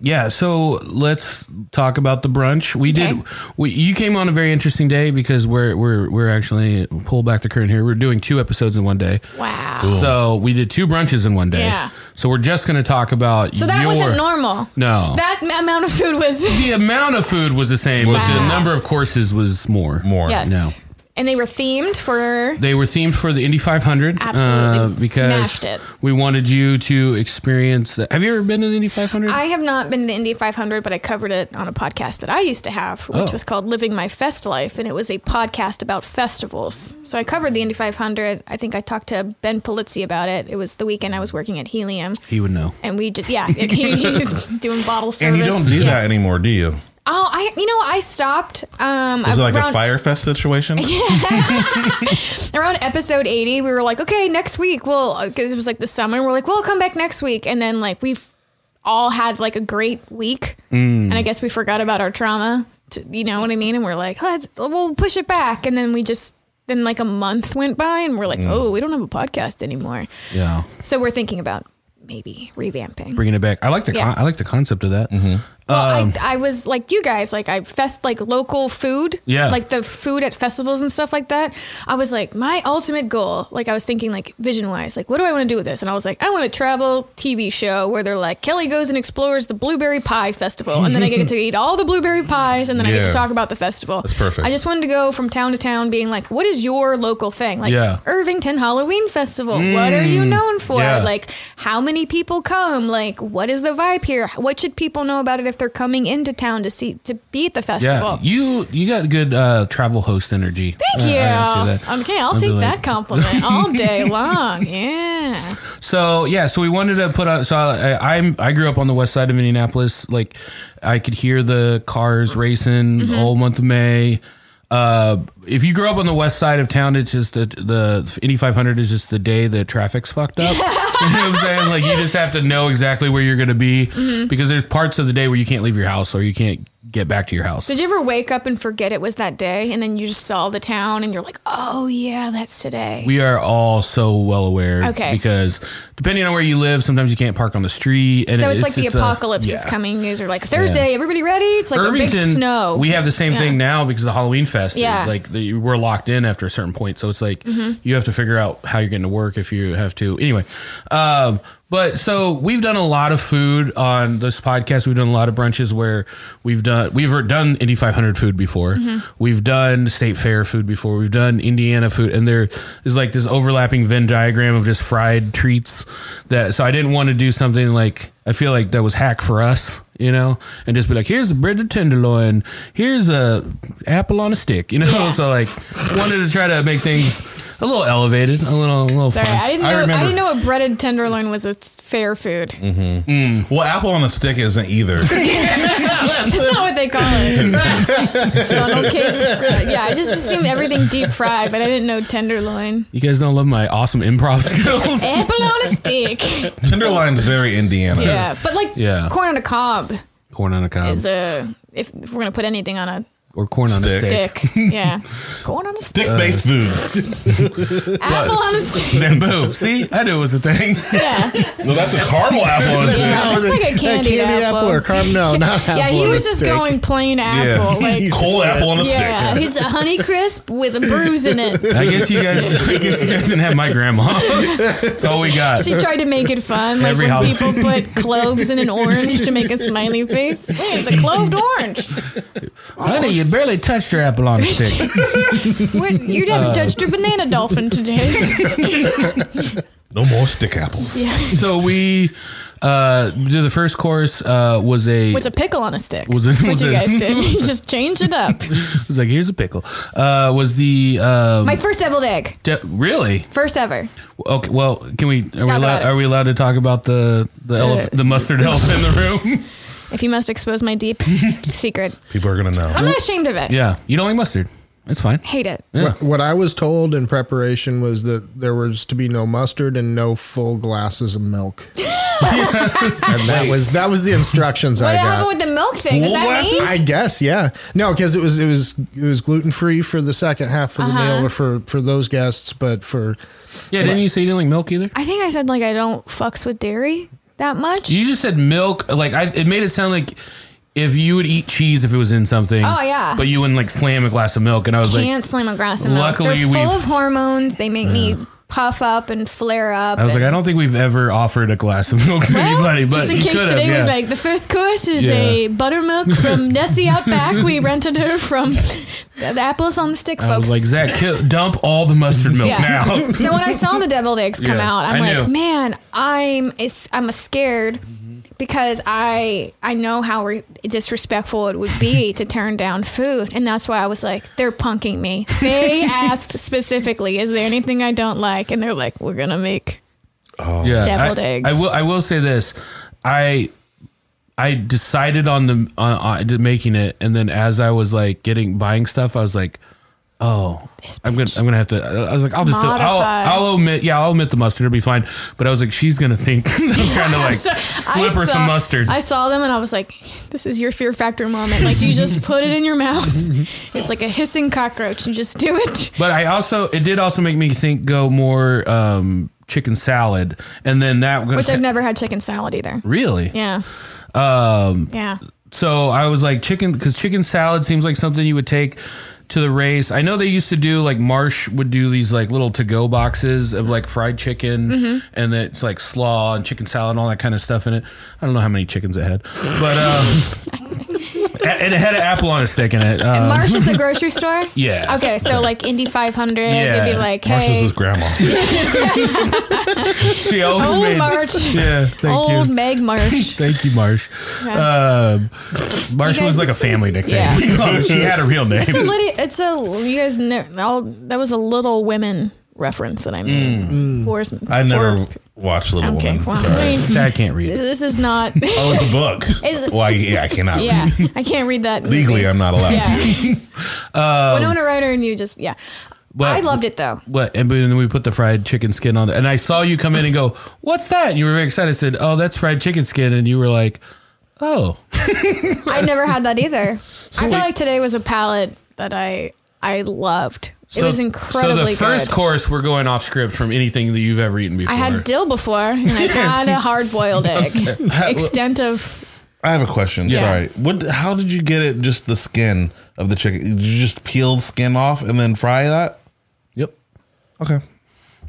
[SPEAKER 5] Yeah, so let's talk about the brunch. We
[SPEAKER 6] Okay.
[SPEAKER 5] did. We, you came on a very interesting day because we're we're we're actually pull back the curtain here. We're doing two episodes in one day.
[SPEAKER 6] Wow.
[SPEAKER 5] So we did two brunches in one day.
[SPEAKER 6] Yeah.
[SPEAKER 5] So we're just going to talk about.
[SPEAKER 6] So that
[SPEAKER 5] your-
[SPEAKER 6] wasn't normal.
[SPEAKER 5] No.
[SPEAKER 6] That m- amount of food was.
[SPEAKER 5] the amount of food was the same, but the
[SPEAKER 6] Wow.
[SPEAKER 5] number of courses was more.
[SPEAKER 2] More.
[SPEAKER 6] Yes.
[SPEAKER 5] No.
[SPEAKER 6] And they were themed for.
[SPEAKER 5] They were themed for the Indy 500.
[SPEAKER 6] Absolutely.
[SPEAKER 5] because
[SPEAKER 6] Smashed it.
[SPEAKER 5] we wanted you to experience. The, have you ever been to the Indy 500?
[SPEAKER 6] I have not been to the Indy 500, but I covered it on a podcast that I used to have,
[SPEAKER 2] Oh.
[SPEAKER 6] which was called Living My Fest Life, and it was a podcast about festivals. So I covered the Indy 500. I think I talked to Ben Polizzi about it. It was the weekend I was working at Helium,
[SPEAKER 5] he would know.
[SPEAKER 6] and we just yeah, he, he's doing bottle service.
[SPEAKER 2] And you don't do
[SPEAKER 6] Yeah.
[SPEAKER 2] that anymore, do you?
[SPEAKER 6] Oh, I you know I stopped. Um,
[SPEAKER 2] Is it like a
[SPEAKER 6] around-
[SPEAKER 2] fire fest situation?
[SPEAKER 6] around episode 80 we were like okay next week well because it was like the summer we're like we'll come back next week and then like we've all had like a great week and i guess we forgot about our trauma to, you know what i mean and we're like let's we'll push it back and then we just then like a month went by and we're like oh we don't have a podcast anymore
[SPEAKER 5] Yeah.
[SPEAKER 6] so we're thinking about maybe revamping
[SPEAKER 5] Bringing it back. I like the
[SPEAKER 6] Yeah.
[SPEAKER 5] con- I like the concept of that.
[SPEAKER 6] well, I, I was like you guys, like I fest like local food,
[SPEAKER 5] Yeah.
[SPEAKER 6] like the food at festivals and stuff like that. I was like my ultimate goal, like I was thinking like vision wise, like what do I want to do with this? And I was like I want a travel TV show where they're like Kelly goes and explores the blueberry pie festival, and then I get to eat all the blueberry pies, and then I get
[SPEAKER 2] Yeah.
[SPEAKER 6] to talk about the festival. That's
[SPEAKER 2] perfect.
[SPEAKER 6] I just wanted to go from town to town, being like, what is your local thing? Like
[SPEAKER 5] Yeah.
[SPEAKER 6] Irvington Halloween Festival. what are you known for?
[SPEAKER 5] yeah.
[SPEAKER 6] Like like how many people come like what is the vibe here what should people know about it if they're coming into town to see to be at the
[SPEAKER 5] Yeah,
[SPEAKER 6] festival
[SPEAKER 5] you you got good uh, travel host energy.
[SPEAKER 6] thank you okay i'll
[SPEAKER 5] I'd be
[SPEAKER 6] take
[SPEAKER 5] like-
[SPEAKER 6] that compliment all day long yeah
[SPEAKER 5] So yeah, so we wanted to put on. So I, I'm I grew up on the west side of Indianapolis. Like I could hear the cars racing
[SPEAKER 6] Mm-hmm.
[SPEAKER 5] the whole month of May. Uh, if you grew up on the west side of town, it's just the the Indy 500 is just the day the traffic's fucked up. you know what I'm saying? Like you just have to know exactly where you're going to be
[SPEAKER 6] Mm-hmm.
[SPEAKER 5] because there's parts of the day where you can't leave your house or you can't get back to your house.
[SPEAKER 6] did you ever wake up and forget it was that day and then you just saw the town and you're like oh yeah that's today
[SPEAKER 5] We are all so well aware.
[SPEAKER 6] Okay.
[SPEAKER 5] Because depending on where you live, sometimes you can't park on the street. And
[SPEAKER 6] so
[SPEAKER 5] it-
[SPEAKER 6] it's, like the
[SPEAKER 5] a-
[SPEAKER 6] apocalypse is
[SPEAKER 5] yeah.
[SPEAKER 6] coming. These are like Thursday. Everybody ready? It's like a big snow.
[SPEAKER 5] we have the same
[SPEAKER 6] Yeah.
[SPEAKER 5] thing now because the Halloween fest. is,
[SPEAKER 6] Yeah. Mm-hmm.
[SPEAKER 5] Like the, we're locked in after a certain point. So it's like you have to figure out how you're getting to work if you have to. Anyway. Um, but so we've done a lot of food on this podcast. We've done a lot of brunches where we've done we've done Indy 500 food before.
[SPEAKER 6] Mm-hmm.
[SPEAKER 5] We've done state fair food before. We've done Indiana food, and there is like this overlapping Venn diagram of just fried treats. That so I didn't want to do something like I feel like that was hack for us you know, and just be like, here's a bread of tenderloin, here's a apple on a stick, you know. So like, wanted to try to make things a little elevated, a little, a little
[SPEAKER 6] Sorry,
[SPEAKER 5] fun.
[SPEAKER 6] I didn't know.
[SPEAKER 2] I
[SPEAKER 6] I,
[SPEAKER 2] remember-
[SPEAKER 6] didn't know a breaded tenderloin was a fair food.
[SPEAKER 2] well, apple on a stick isn't either.
[SPEAKER 6] That's not what they call it. Funnel cake. Yeah, I just assumed everything deep fried, but I didn't know tenderloin.
[SPEAKER 5] You guys don't love my awesome improv skills.
[SPEAKER 6] Apple on a stick.
[SPEAKER 2] Tenderloin's very Indiana.
[SPEAKER 6] Yeah, but like
[SPEAKER 5] Yeah.
[SPEAKER 6] corn on a cob
[SPEAKER 5] corn on a cob
[SPEAKER 6] is a if, if we're gonna put anything on a
[SPEAKER 5] or corn on a
[SPEAKER 2] Stick.
[SPEAKER 5] stick.
[SPEAKER 6] dick. Yeah, corn on a stick.
[SPEAKER 2] Stick-based foods.
[SPEAKER 6] Apple on a stick.
[SPEAKER 5] Then boom, see, I knew it was a thing.
[SPEAKER 6] Yeah, yeah.
[SPEAKER 2] No, that's a caramel apple. on a stick.
[SPEAKER 6] That's like a candy, apple.
[SPEAKER 7] or carb? No, not apple.
[SPEAKER 6] yeah, he
[SPEAKER 7] on a
[SPEAKER 6] was just
[SPEAKER 7] stick.
[SPEAKER 6] going plain apple. Like,
[SPEAKER 2] Whole apple on a
[SPEAKER 6] yeah,
[SPEAKER 2] stick.
[SPEAKER 6] it's a honey crisp with a bruise in it.
[SPEAKER 5] I guess you guys, I guess you guys didn't have my grandma. That's all we got.
[SPEAKER 6] She tried to make it fun, like
[SPEAKER 5] Every
[SPEAKER 6] when
[SPEAKER 5] holiday.
[SPEAKER 6] people put cloves in an orange to make a smiley face. Wait, it's a cloved orange.
[SPEAKER 5] Honey, you barely touched your apple on a stick.
[SPEAKER 6] What, you
[SPEAKER 5] Uh,
[SPEAKER 6] haven't touched your banana dolphin today.
[SPEAKER 2] No more stick apples.
[SPEAKER 5] so we Uh, the first course uh, was a
[SPEAKER 6] What's a pickle on a stick?
[SPEAKER 5] Was it-
[SPEAKER 6] That's what
[SPEAKER 5] was
[SPEAKER 6] you
[SPEAKER 5] it-
[SPEAKER 6] guys did. You just changed it up.
[SPEAKER 5] was like here's a pickle. Uh, was the um,
[SPEAKER 6] My first deviled egg.
[SPEAKER 5] de- really
[SPEAKER 6] First ever.
[SPEAKER 5] okay? Well, can we are we,
[SPEAKER 6] about
[SPEAKER 5] allowed,
[SPEAKER 6] it. Uh,
[SPEAKER 5] are we allowed to talk about the the, elef- the mustard elephant in the room?
[SPEAKER 6] If you must expose my deep secret.
[SPEAKER 2] People are gonna know.
[SPEAKER 6] I'm not ashamed of it.
[SPEAKER 5] yeah, you don't like mustard. It's fine.
[SPEAKER 6] Hate it.
[SPEAKER 7] What, what I was told in preparation was that there was to be no mustard and no full glasses of milk. and that was that was the instructions I
[SPEAKER 6] What
[SPEAKER 7] got.
[SPEAKER 6] happened with the milk thing? Is
[SPEAKER 2] Full
[SPEAKER 6] that
[SPEAKER 2] glasses?
[SPEAKER 6] me?
[SPEAKER 7] I guess, yeah. No, because it was it was it was gluten free for the second half of
[SPEAKER 6] Uh-huh.
[SPEAKER 7] the meal for for those guests, but for
[SPEAKER 5] Yeah, didn't you say you didn't like milk either?
[SPEAKER 6] I think I said like I don't fucks with dairy that much.
[SPEAKER 5] You just said milk. Like I, it made it sound like if you would eat cheese if it was in something.
[SPEAKER 6] Oh, yeah.
[SPEAKER 5] But you wouldn't like slam a glass of milk, and I was
[SPEAKER 6] Can't
[SPEAKER 5] like,
[SPEAKER 6] slam a glass of milk.
[SPEAKER 5] Luckily
[SPEAKER 6] They're full
[SPEAKER 5] we've-
[SPEAKER 6] of hormones. They make me puff up and flare up.
[SPEAKER 5] I was like, I don't think we've ever offered a glass of milk to anybody, but
[SPEAKER 6] just in
[SPEAKER 5] you
[SPEAKER 6] case
[SPEAKER 5] could have.
[SPEAKER 6] today
[SPEAKER 5] Yeah.
[SPEAKER 6] was like the first course is
[SPEAKER 5] Yeah.
[SPEAKER 6] a buttermilk from Nessie out back. We rented her from the the apples on the stick,
[SPEAKER 5] I was
[SPEAKER 6] folks.
[SPEAKER 5] like, Zach, kill, dump all the mustard milk
[SPEAKER 6] Yeah.
[SPEAKER 5] Oh, now.
[SPEAKER 6] so when I saw the deviled eggs come
[SPEAKER 5] Yeah,
[SPEAKER 6] out, I'm
[SPEAKER 5] I
[SPEAKER 6] like,
[SPEAKER 5] knew.
[SPEAKER 6] man, I'm it's, I'm a scared because I I know how re- disrespectful it would be to turn down food, and that's why I was like, they're punking me. They asked specifically, is there anything I don't like, and they're like, we're gonna make.
[SPEAKER 5] yeah,
[SPEAKER 6] Deviled
[SPEAKER 5] I,
[SPEAKER 6] eggs.
[SPEAKER 5] I will. I will say this. I I decided on the on, on to making it, and then as I was like getting buying stuff, I was like, oh,
[SPEAKER 6] This
[SPEAKER 5] I'm gonna I'm gonna have to. I was like, I'll just do,
[SPEAKER 6] Modify.
[SPEAKER 5] I'll I'll omit yeah I'll omit the mustard. It'll be fine. But I was like, she's gonna think that I'm trying to like
[SPEAKER 6] So-
[SPEAKER 5] slip
[SPEAKER 6] I
[SPEAKER 5] her
[SPEAKER 6] saw-
[SPEAKER 5] some mustard.
[SPEAKER 6] I saw them and I was like, this is your fear factor moment. Like, you just put it in your mouth. It's like a hissing cockroach. You just do it.
[SPEAKER 5] But I also it did also make me think go more um chicken salad, and then that was
[SPEAKER 6] Which I've never had chicken salad either.
[SPEAKER 5] really
[SPEAKER 6] Yeah.
[SPEAKER 5] um
[SPEAKER 2] uh,
[SPEAKER 6] Yeah.
[SPEAKER 5] so I was like chicken because chicken salad seems like something you would take to the race. I know they used to do like Marsh would do these like little to go boxes of like fried chicken
[SPEAKER 6] Mm-hmm.
[SPEAKER 5] and then it's like slaw and chicken salad and all that kind of stuff in it. I don't know how many chickens it had, but um, and it had an apple on a stick in it. Um,
[SPEAKER 6] Marsh is a grocery store?
[SPEAKER 5] Yeah.
[SPEAKER 6] Okay. So, like, Indy 500, they'd
[SPEAKER 5] Yeah.
[SPEAKER 6] be like,
[SPEAKER 2] Marshall's
[SPEAKER 6] hey,
[SPEAKER 2] his grandma.
[SPEAKER 5] she always
[SPEAKER 6] old
[SPEAKER 5] made.
[SPEAKER 6] March.
[SPEAKER 5] Yeah, thank
[SPEAKER 6] old
[SPEAKER 5] you.
[SPEAKER 6] Meg Marsh.
[SPEAKER 5] Thank you, Marsh. Um, Marsh
[SPEAKER 6] You guys-
[SPEAKER 5] was like a family nickname.
[SPEAKER 6] Yeah.
[SPEAKER 5] she had a real name.
[SPEAKER 6] It's a little, it's a, you guys know, all, that was a little women reference that I made. Mm. For-
[SPEAKER 2] Mm. I never
[SPEAKER 6] for-
[SPEAKER 2] watched Little
[SPEAKER 6] Okay.
[SPEAKER 2] Women.
[SPEAKER 6] Well,
[SPEAKER 2] Sorry.
[SPEAKER 6] I mean,
[SPEAKER 5] I can't read. it.
[SPEAKER 6] this is not.
[SPEAKER 2] Oh, it's a book.
[SPEAKER 6] It's-
[SPEAKER 2] Why? yeah, I cannot.
[SPEAKER 6] Yeah, I can't read that movie.
[SPEAKER 2] Legally, Um, I'm not allowed to.
[SPEAKER 6] Yeah, Winona Ryder and you just yeah.
[SPEAKER 5] Well-
[SPEAKER 6] I loved it though.
[SPEAKER 5] What? And then we put the fried chicken skin on. The, and I saw you come in and go, "What's that?" And you were very excited. I said, "Oh, that's fried chicken skin." And you were like, "Oh,
[SPEAKER 6] I never had that either. I feel like today was a palette that I I loved. it was
[SPEAKER 5] So
[SPEAKER 6] incredibly
[SPEAKER 5] the first
[SPEAKER 6] good.
[SPEAKER 5] course, we're going off script from anything that you've ever eaten before.
[SPEAKER 6] I had dill before, and I had a hard boiled egg. Extent of
[SPEAKER 2] I have a question. Sorry. What? How did you get it? Just the skin of the chicken? Did you just peel the skin off and then fry that?
[SPEAKER 5] yep.
[SPEAKER 2] Okay.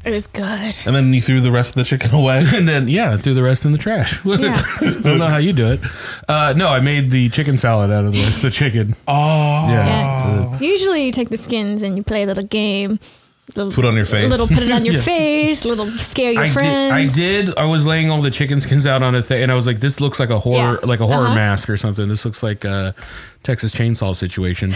[SPEAKER 6] it was good.
[SPEAKER 2] And then you threw the rest of the chicken away.
[SPEAKER 5] And then yeah, I threw the rest in the trash.
[SPEAKER 6] Yeah.
[SPEAKER 5] I don't know how you do it. Uh, no, I made the chicken salad out of the rest of the chicken.
[SPEAKER 2] Oh.
[SPEAKER 6] Yeah. Usually you take the skins and you play a little game. Little,
[SPEAKER 2] Put it on your face.
[SPEAKER 6] Little put it on your face. Little scare your
[SPEAKER 5] I did. I
[SPEAKER 6] friends.
[SPEAKER 5] did. I was laying all the chicken skins out on a thing, and I was like, "This looks like a horror,
[SPEAKER 6] Yeah.
[SPEAKER 5] like a horror
[SPEAKER 6] Uh-huh.
[SPEAKER 5] mask or something. This looks like a Texas Chainsaw situation."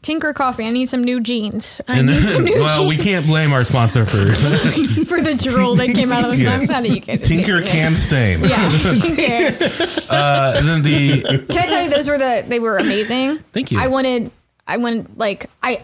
[SPEAKER 6] Tinker Coffee. I need some new jeans. I
[SPEAKER 5] And
[SPEAKER 6] need
[SPEAKER 5] then,
[SPEAKER 6] some new
[SPEAKER 5] well, we
[SPEAKER 6] jeans
[SPEAKER 5] can't blame our sponsor for
[SPEAKER 6] for the drool that came out of the
[SPEAKER 2] Yeah.
[SPEAKER 6] sun. Not that you guys are
[SPEAKER 2] Tinker
[SPEAKER 6] serious.
[SPEAKER 2] can stain.
[SPEAKER 6] Yeah, Tinker.
[SPEAKER 5] uh, and then the
[SPEAKER 6] Can I tell you those were the they were amazing.
[SPEAKER 5] Thank you.
[SPEAKER 6] I wanted I wanted like I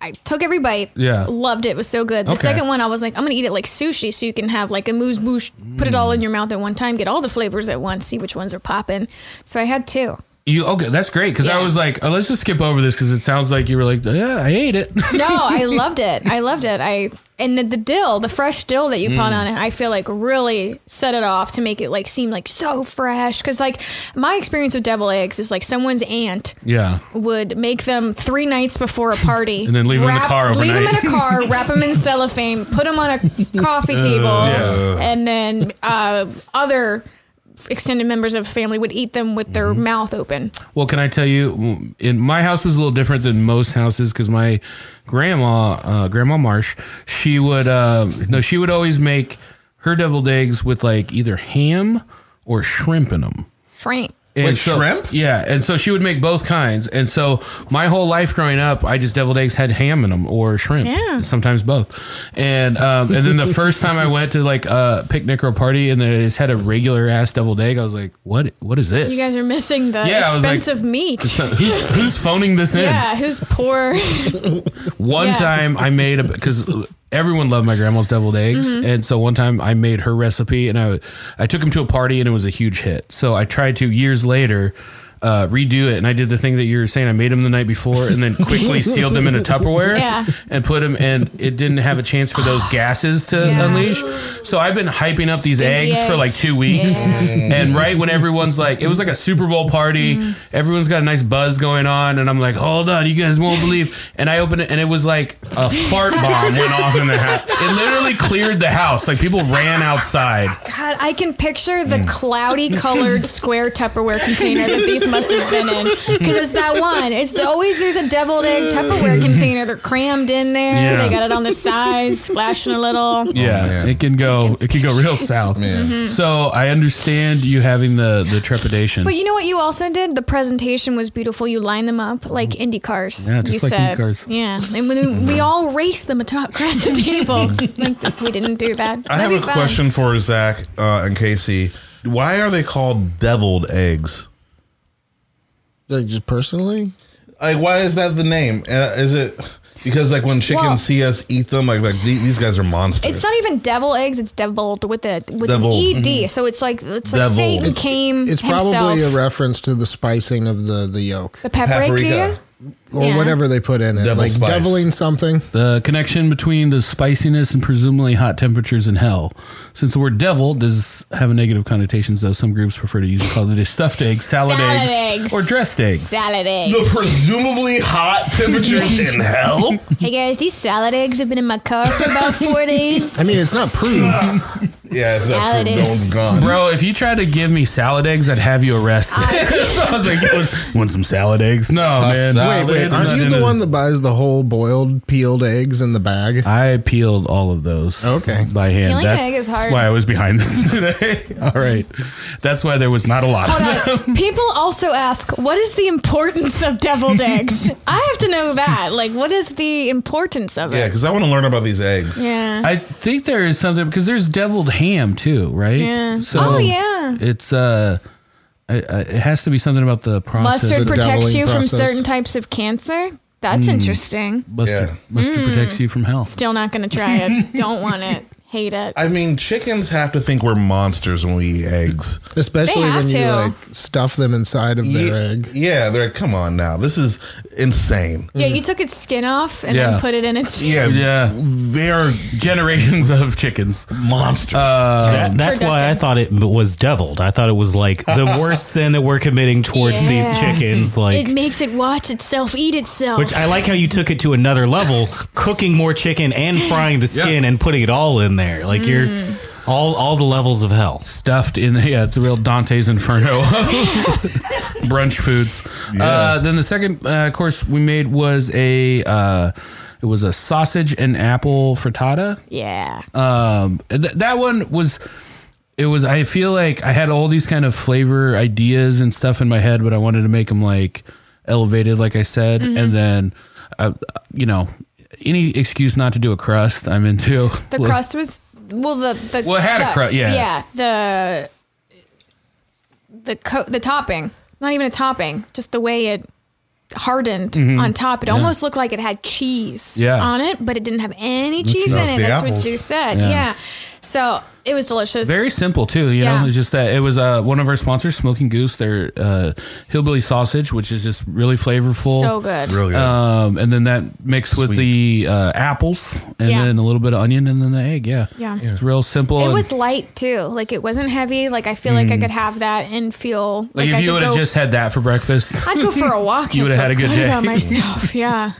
[SPEAKER 6] I took every bite.
[SPEAKER 5] Yeah.
[SPEAKER 6] Loved it. It Was so good. The
[SPEAKER 5] Okay.
[SPEAKER 6] second one I was like I'm going to eat it like sushi so you can have like a moose bouche, put it
[SPEAKER 5] Mm.
[SPEAKER 6] all in your mouth at one time, get all the flavors at once, see which ones are popping. So I had two.
[SPEAKER 5] you okay, that's great because I
[SPEAKER 6] Yeah.
[SPEAKER 5] was like, oh, let's just skip over this because it sounds like you were like, yeah, I ate it.
[SPEAKER 6] No, I loved it. I loved it. I and the, the dill, the fresh dill that you put
[SPEAKER 5] Mm.
[SPEAKER 6] on it, I feel like really set it off to make it like seem like so fresh. Because like my experience with devil eggs is like someone's aunt
[SPEAKER 5] yeah,
[SPEAKER 6] would make them three nights before a party
[SPEAKER 5] And then leave 'em in the car
[SPEAKER 6] Leave them in
[SPEAKER 5] overnight.
[SPEAKER 6] a car, wrap them in cellophane, put them on a coffee table,
[SPEAKER 5] Uh,
[SPEAKER 6] and then uh, other extended members of family would eat them with
[SPEAKER 5] Mm-hmm.
[SPEAKER 6] their mouth open.
[SPEAKER 5] Well, can I tell you, in my house was a little different than most houses because my grandma, uh, Grandma Marsh, um, she would uh, no, she would always make her deviled eggs with like either ham or shrimp in them.
[SPEAKER 6] Shrimp.
[SPEAKER 5] And
[SPEAKER 2] Wait, shrimp?
[SPEAKER 5] Yeah, and so she would make both kinds. And so my whole life growing up, I just deviled eggs had ham in them or shrimp.
[SPEAKER 6] Yeah.
[SPEAKER 5] sometimes both. And um, and then the first time I went to like a picnic or a party and they just had a regular ass deviled egg, I was like, what What is this?
[SPEAKER 6] You guys are missing the
[SPEAKER 5] Yeah, I was like-
[SPEAKER 6] expensive meat.
[SPEAKER 5] so who's, who's phoning this in?
[SPEAKER 6] Yeah, who's poor?
[SPEAKER 5] One
[SPEAKER 6] Yeah.
[SPEAKER 5] time I made a because everyone loved my grandma's deviled eggs,
[SPEAKER 6] Mm-hmm.
[SPEAKER 5] and so one time I made her recipe, and I I took him to a party, and it was a huge hit. So I tried to years later. Uh, redo it, and I did the thing that you were saying. I made them the night before, and then quickly sealed them in a Tupperware,
[SPEAKER 6] Yeah.
[SPEAKER 5] and put them. And it didn't have a chance for those gases to
[SPEAKER 6] Yeah.
[SPEAKER 5] unleash. So I've been hyping up these
[SPEAKER 6] Stinky
[SPEAKER 5] eggs for
[SPEAKER 6] eggs.
[SPEAKER 5] like two weeks,
[SPEAKER 6] Yeah.
[SPEAKER 5] and right when everyone's like, it was like a Super Bowl party.
[SPEAKER 6] Mm-hmm.
[SPEAKER 5] Everyone's got a nice buzz going on, and I'm like, hold on, you guys won't believe. And I opened it, and it was like a fart bomb went off in the house. It literally cleared the house. Like people ran outside.
[SPEAKER 6] God, I can picture the
[SPEAKER 5] Mm.
[SPEAKER 6] cloudy colored square Tupperware container that these must have been in. Because it's that one. It's the, always there's a deviled egg Tupperware container. They're crammed in there.
[SPEAKER 2] Yeah.
[SPEAKER 6] They got it on the sides, splashing a little.
[SPEAKER 5] Yeah,
[SPEAKER 2] Oh, man.
[SPEAKER 5] it can go. It can go real south.
[SPEAKER 2] Man.
[SPEAKER 6] Mm-hmm.
[SPEAKER 5] So I understand you having the the trepidation.
[SPEAKER 6] But you know what you also did? The presentation was beautiful. You lined them up like Indy cars.
[SPEAKER 5] Mm. Yeah, just
[SPEAKER 6] you
[SPEAKER 5] like Indy cars.
[SPEAKER 6] Yeah, and when we all raced them atop- across the table. like, we didn't do that.
[SPEAKER 2] I
[SPEAKER 6] That'd
[SPEAKER 2] have a
[SPEAKER 6] be fun.
[SPEAKER 2] question for Zach uh, and Casey. Why are they called deviled eggs?
[SPEAKER 7] Like just personally,
[SPEAKER 2] Like, why is that the name? Uh, is it because like when chickens
[SPEAKER 6] Well-
[SPEAKER 2] see us eat them, like like the- these guys are monsters?
[SPEAKER 6] It's not even devil eggs. It's deviled with a with
[SPEAKER 2] Deviled.
[SPEAKER 6] an ed. So it's like it's like
[SPEAKER 2] Deviled.
[SPEAKER 6] Satan
[SPEAKER 2] It's-
[SPEAKER 6] came
[SPEAKER 7] it's
[SPEAKER 6] himself.
[SPEAKER 7] probably a reference to the spicing of the the yolk
[SPEAKER 6] the paprika.
[SPEAKER 2] Paprika.
[SPEAKER 7] or
[SPEAKER 6] Yeah.
[SPEAKER 7] whatever they put in it,
[SPEAKER 2] Devil
[SPEAKER 7] like
[SPEAKER 2] spice.
[SPEAKER 7] deviling something.
[SPEAKER 5] the connection between the spiciness and presumably hot temperatures in hell. Since the word devil does have a negative connotations, though some groups prefer to use it called it as stuffed eggs, salad,
[SPEAKER 6] Salad
[SPEAKER 5] eggs,
[SPEAKER 6] eggs.
[SPEAKER 5] or dressed eggs.
[SPEAKER 6] Salad eggs.
[SPEAKER 2] the presumably hot temperatures in hell.
[SPEAKER 6] Hey guys, these salad eggs have been in my car for about four days.
[SPEAKER 7] I mean, it's not proved.
[SPEAKER 2] Yeah, it's
[SPEAKER 6] Salad
[SPEAKER 2] that food
[SPEAKER 6] eggs.
[SPEAKER 2] has gone.
[SPEAKER 5] Bro, if you tried to give me salad eggs, I'd have you arrested. So I was like, "You want some salad eggs? No, man.
[SPEAKER 7] wait, wait,
[SPEAKER 5] I'm
[SPEAKER 7] aren't
[SPEAKER 5] not
[SPEAKER 7] you
[SPEAKER 5] into-
[SPEAKER 7] the one that buys the whole boiled peeled eggs in the bag?
[SPEAKER 5] I peeled all of those.
[SPEAKER 7] Okay.
[SPEAKER 5] By hand.
[SPEAKER 6] Peeling an
[SPEAKER 5] That's
[SPEAKER 6] egg is hard.
[SPEAKER 5] why I was behind this today. all right. That's why there was not a lot. of them.
[SPEAKER 6] Hold on. People also ask, what is the importance of deviled eggs? I have to know that. Like, what is the importance of
[SPEAKER 2] Yeah,
[SPEAKER 6] it?
[SPEAKER 2] because I want to learn about these eggs.
[SPEAKER 6] Yeah.
[SPEAKER 5] I think there is something because there's deviled ham too, right?
[SPEAKER 6] Yeah. Oh, yeah.
[SPEAKER 5] It's uh, I, I, it has to be something about the process.
[SPEAKER 6] Mustard
[SPEAKER 7] the
[SPEAKER 6] protects
[SPEAKER 7] deviling
[SPEAKER 6] you from
[SPEAKER 7] process.
[SPEAKER 6] certain types of cancer. That's interesting.
[SPEAKER 5] Mustard,
[SPEAKER 2] Yeah.
[SPEAKER 5] mustard
[SPEAKER 6] Mm.
[SPEAKER 5] protects you from hell.
[SPEAKER 6] Still not going to try it. Don't want it. Hate it.
[SPEAKER 2] I mean, chickens have to think we're monsters when we eat eggs.
[SPEAKER 7] Especially
[SPEAKER 6] They have
[SPEAKER 7] when you
[SPEAKER 6] to.
[SPEAKER 7] like stuff them inside of their
[SPEAKER 2] Ye-
[SPEAKER 7] egg.
[SPEAKER 2] Yeah, they're like, come on now, this is insane.
[SPEAKER 6] Yeah, you took its skin off and
[SPEAKER 5] Mm. Yeah.
[SPEAKER 6] then put it in its.
[SPEAKER 2] Yeah,
[SPEAKER 5] Yeah.
[SPEAKER 2] they're
[SPEAKER 5] Generations of chickens.
[SPEAKER 2] monsters.
[SPEAKER 8] That, that's why I
[SPEAKER 6] productive.
[SPEAKER 8] thought it was deviled. I thought it was like the worst sin that we're committing towards these
[SPEAKER 6] Yeah.
[SPEAKER 8] chickens. Like,
[SPEAKER 6] It makes it watch itself eat itself.
[SPEAKER 8] which I like how you took it to another level, cooking more chicken and frying the skin and putting it all in there. Like
[SPEAKER 6] Mm.
[SPEAKER 8] you're all all the levels of hell.
[SPEAKER 5] Stuffed in the, yeah, it's a real Dante's Inferno. Brunch foods. Uh, then the second uh, course we made was a, uh, it was a sausage and apple frittata.
[SPEAKER 6] yeah.
[SPEAKER 5] um th- that one was it was i feel like i had all these kind of flavor ideas and stuff in my head but i wanted to make them like elevated like i said
[SPEAKER 6] Mm-hmm.
[SPEAKER 5] and then uh, you know any excuse not to do a crust i'm into
[SPEAKER 6] The
[SPEAKER 5] Like,
[SPEAKER 6] crust was well the the
[SPEAKER 5] Well, it had a
[SPEAKER 6] the-
[SPEAKER 5] cru- yeah.
[SPEAKER 6] yeah the the co- the topping not even a topping just the way it hardened on top it almost looked like it had cheese
[SPEAKER 5] Mm-hmm. Yeah.
[SPEAKER 6] on it but it didn't have any cheese in
[SPEAKER 2] that's
[SPEAKER 6] it
[SPEAKER 2] the
[SPEAKER 6] that's
[SPEAKER 2] apples.
[SPEAKER 6] what you said yeah. so it was delicious
[SPEAKER 5] very simple too you
[SPEAKER 6] Yeah.
[SPEAKER 5] know it's just that it was uh, one of our sponsors smoking goose their uh, hillbilly sausage which is just really flavorful
[SPEAKER 6] so good
[SPEAKER 2] really good.
[SPEAKER 5] um, and then that mixed with the uh, apples and
[SPEAKER 6] Yeah.
[SPEAKER 5] then a little bit of onion and then the egg yeah
[SPEAKER 6] Yeah. Yeah.
[SPEAKER 5] it's real simple
[SPEAKER 6] it
[SPEAKER 5] and-
[SPEAKER 6] was light too like it wasn't heavy like i feel like i could have that and feel like,
[SPEAKER 5] Hmm. Like,
[SPEAKER 6] I
[SPEAKER 5] if you
[SPEAKER 6] could
[SPEAKER 5] would have
[SPEAKER 6] go-
[SPEAKER 5] just had that for breakfast, Uh,
[SPEAKER 6] I'd go for a walk.
[SPEAKER 5] You
[SPEAKER 6] and
[SPEAKER 5] would've
[SPEAKER 6] feel
[SPEAKER 5] had a good day.
[SPEAKER 6] about myself. Yeah.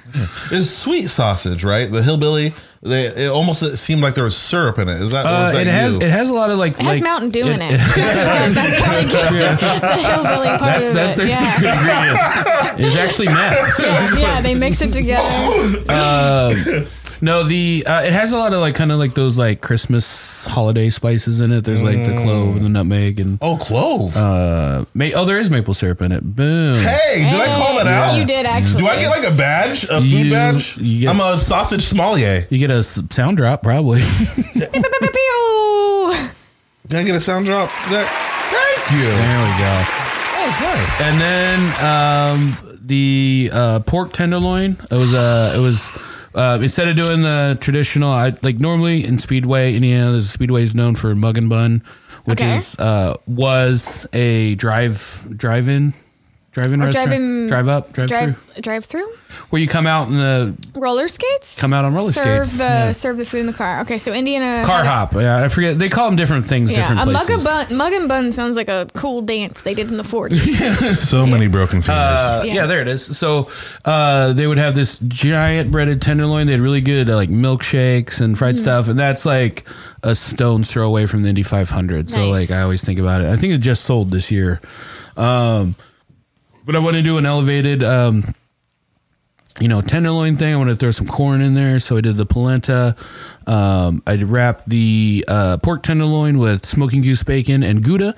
[SPEAKER 2] It's sweet sausage, right? The hillbilly. They, it almost seemed like there was syrup in it. Is that? or
[SPEAKER 5] uh,
[SPEAKER 2] is that
[SPEAKER 5] it has
[SPEAKER 2] you?
[SPEAKER 5] it has a lot of like
[SPEAKER 6] It has
[SPEAKER 5] like-
[SPEAKER 6] Mountain Dew in it. That's why that's why it gets you the hillbilly part
[SPEAKER 5] That's
[SPEAKER 6] of
[SPEAKER 5] that's
[SPEAKER 6] it.
[SPEAKER 5] their
[SPEAKER 6] yeah.
[SPEAKER 5] secret ingredient. It's actually meth.
[SPEAKER 6] yeah, they mix it together.
[SPEAKER 5] No, the uh, it has a lot of like kind of like those like Christmas holiday spices in it. There's like the clove and the nutmeg and
[SPEAKER 2] Oh, clove.
[SPEAKER 5] ma- oh, there is maple syrup in it. Boom.
[SPEAKER 2] hey, did I call it
[SPEAKER 6] Hey,
[SPEAKER 2] out?
[SPEAKER 6] You did actually.
[SPEAKER 2] Do I get like a badge, a food
[SPEAKER 5] You-
[SPEAKER 2] badge?
[SPEAKER 5] you get-
[SPEAKER 2] I'm a sausage sommelier.
[SPEAKER 5] You get a s- sound drop probably.
[SPEAKER 6] Pew!
[SPEAKER 2] Can I get a sound drop? Zach? Thank you. Oh,
[SPEAKER 5] there we go.
[SPEAKER 2] That was
[SPEAKER 5] And then
[SPEAKER 2] nice.
[SPEAKER 5] um, the uh, pork tenderloin. It was uh, it was uh, instead of doing the traditional, I like normally in Speedway, Indiana, there's- Speedway is known for mug and bun, which
[SPEAKER 6] Okay.
[SPEAKER 5] is uh, was a drive drive-in. Drive-in restaurant,
[SPEAKER 6] drive-in-
[SPEAKER 5] drive up, drive,
[SPEAKER 6] Drive
[SPEAKER 5] through,
[SPEAKER 6] drive through.
[SPEAKER 5] where you come out in the
[SPEAKER 6] Roller skates.
[SPEAKER 5] Come out on roller
[SPEAKER 6] serve
[SPEAKER 5] skates,
[SPEAKER 6] The,
[SPEAKER 5] yeah.
[SPEAKER 6] Serve the food in the car. Okay, so Indiana
[SPEAKER 5] car
[SPEAKER 6] had a-
[SPEAKER 5] hop. Yeah, I forget they call them different things,
[SPEAKER 6] Yeah,
[SPEAKER 5] different
[SPEAKER 6] a mug,
[SPEAKER 5] places.
[SPEAKER 6] and bun, mug and bun sounds like a cool dance they did in the 40s.
[SPEAKER 2] So many broken fingers.
[SPEAKER 5] Uh, yeah.
[SPEAKER 6] Yeah.
[SPEAKER 5] there it is. So uh, they would have this giant breaded tenderloin. They had really good uh, like milkshakes and fried stuff, and that's like a stone's throw away from the Indy 500. So like
[SPEAKER 6] Nice.
[SPEAKER 5] I always think about it. I think it just sold this year, um, but I want to do an elevated. Um, you know, tenderloin thing. I want to throw some corn in there. So I did the polenta. Um, I wrapped the uh, pork tenderloin with smoking goose bacon and Gouda.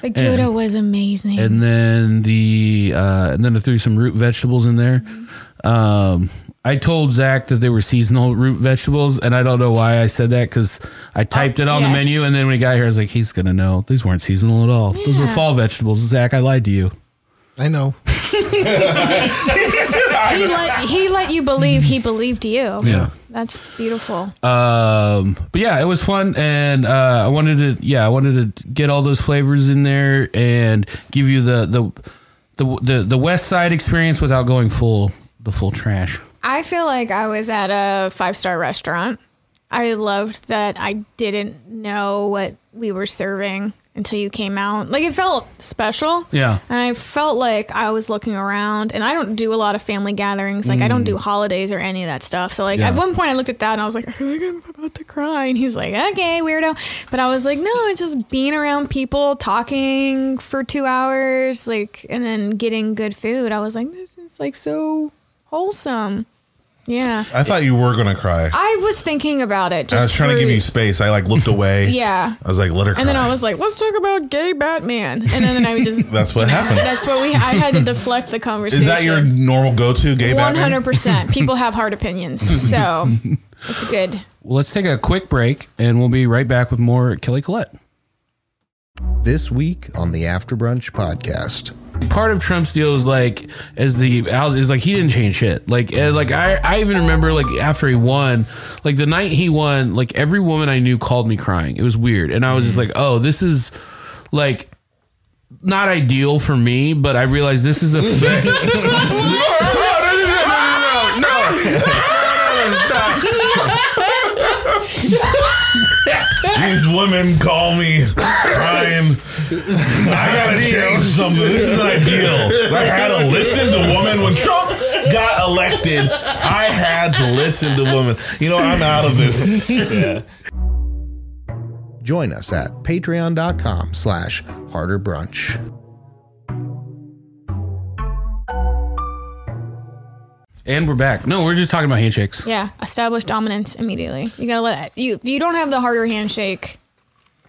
[SPEAKER 6] the Gouda was amazing.
[SPEAKER 5] and then the uh, and then I threw some root vegetables in there. Um, I told Zach that they were seasonal root vegetables, and I don't know why I said that because I typed it on the
[SPEAKER 6] Oh, yeah.
[SPEAKER 5] menu, and then when he got here, I was like, he's gonna know these weren't seasonal at all. Those were
[SPEAKER 6] Yeah.
[SPEAKER 5] fall vegetables. Zach, I lied to you.
[SPEAKER 7] I know.
[SPEAKER 6] he, let, he let you believe he believed you.
[SPEAKER 5] Yeah.
[SPEAKER 6] That's beautiful.
[SPEAKER 5] Um, but yeah, it was fun, and uh, I wanted to yeah, I wanted to get all those flavors in there and give you the the the the, the West Side experience without going full the full trash.
[SPEAKER 6] I feel like I was at a five star restaurant. I loved that I didn't know what we were serving until you came out. Like it felt special.
[SPEAKER 5] Yeah.
[SPEAKER 6] And I felt like I was looking around, and I don't do a lot of family gatherings. Like, I don't
[SPEAKER 2] Mm.
[SPEAKER 6] do holidays or any of that stuff. So, like,
[SPEAKER 5] Yeah.
[SPEAKER 6] at one point, I looked at that and I was like, I feel like I'm about to cry. And he's like, okay, weirdo. But I was like, no, it's just being around people, talking for two hours, like, and then getting good food. I was like, this is like so wholesome. Yeah.
[SPEAKER 2] I thought you were gonna cry.
[SPEAKER 6] I was thinking about it. Just
[SPEAKER 2] I was trying to
[SPEAKER 6] for-
[SPEAKER 2] give you space. I like looked away.
[SPEAKER 6] Yeah.
[SPEAKER 2] I was like, let her cry.
[SPEAKER 6] And then I was like, let's talk about gay Batman. And then I would just.
[SPEAKER 2] That's what happened.
[SPEAKER 6] That's what we. I had to deflect the conversation.
[SPEAKER 2] Is that your normal go-to gay
[SPEAKER 6] One
[SPEAKER 2] Batman?
[SPEAKER 6] hundred percent. People have hard opinions, so it's good.
[SPEAKER 5] Well, let's take a quick break and we'll be right back with more Kelly Collette.
[SPEAKER 9] This week on the After Brunch podcast.
[SPEAKER 5] Part of Trump's deal is like, as the out is like he didn't change shit. Like, eh, like I, I even remember like after he won, like the night he won, like every woman I knew called me crying. It was weird, and I was just like, oh, this is like not ideal for me. But I realized this is a. fa- No, no, no, no, no, no, no, no.
[SPEAKER 2] These women call me Ryan. I gotta change something. This is ideal. I had to listen to women when Trump got elected. I had to listen to women. You know, I'm out of this.
[SPEAKER 9] Join us at patreon.com slash harder brunch.
[SPEAKER 5] And we're back. No, we're just talking about handshakes.
[SPEAKER 6] Yeah, establish dominance immediately. You gotta let you. If you don't have the harder handshake,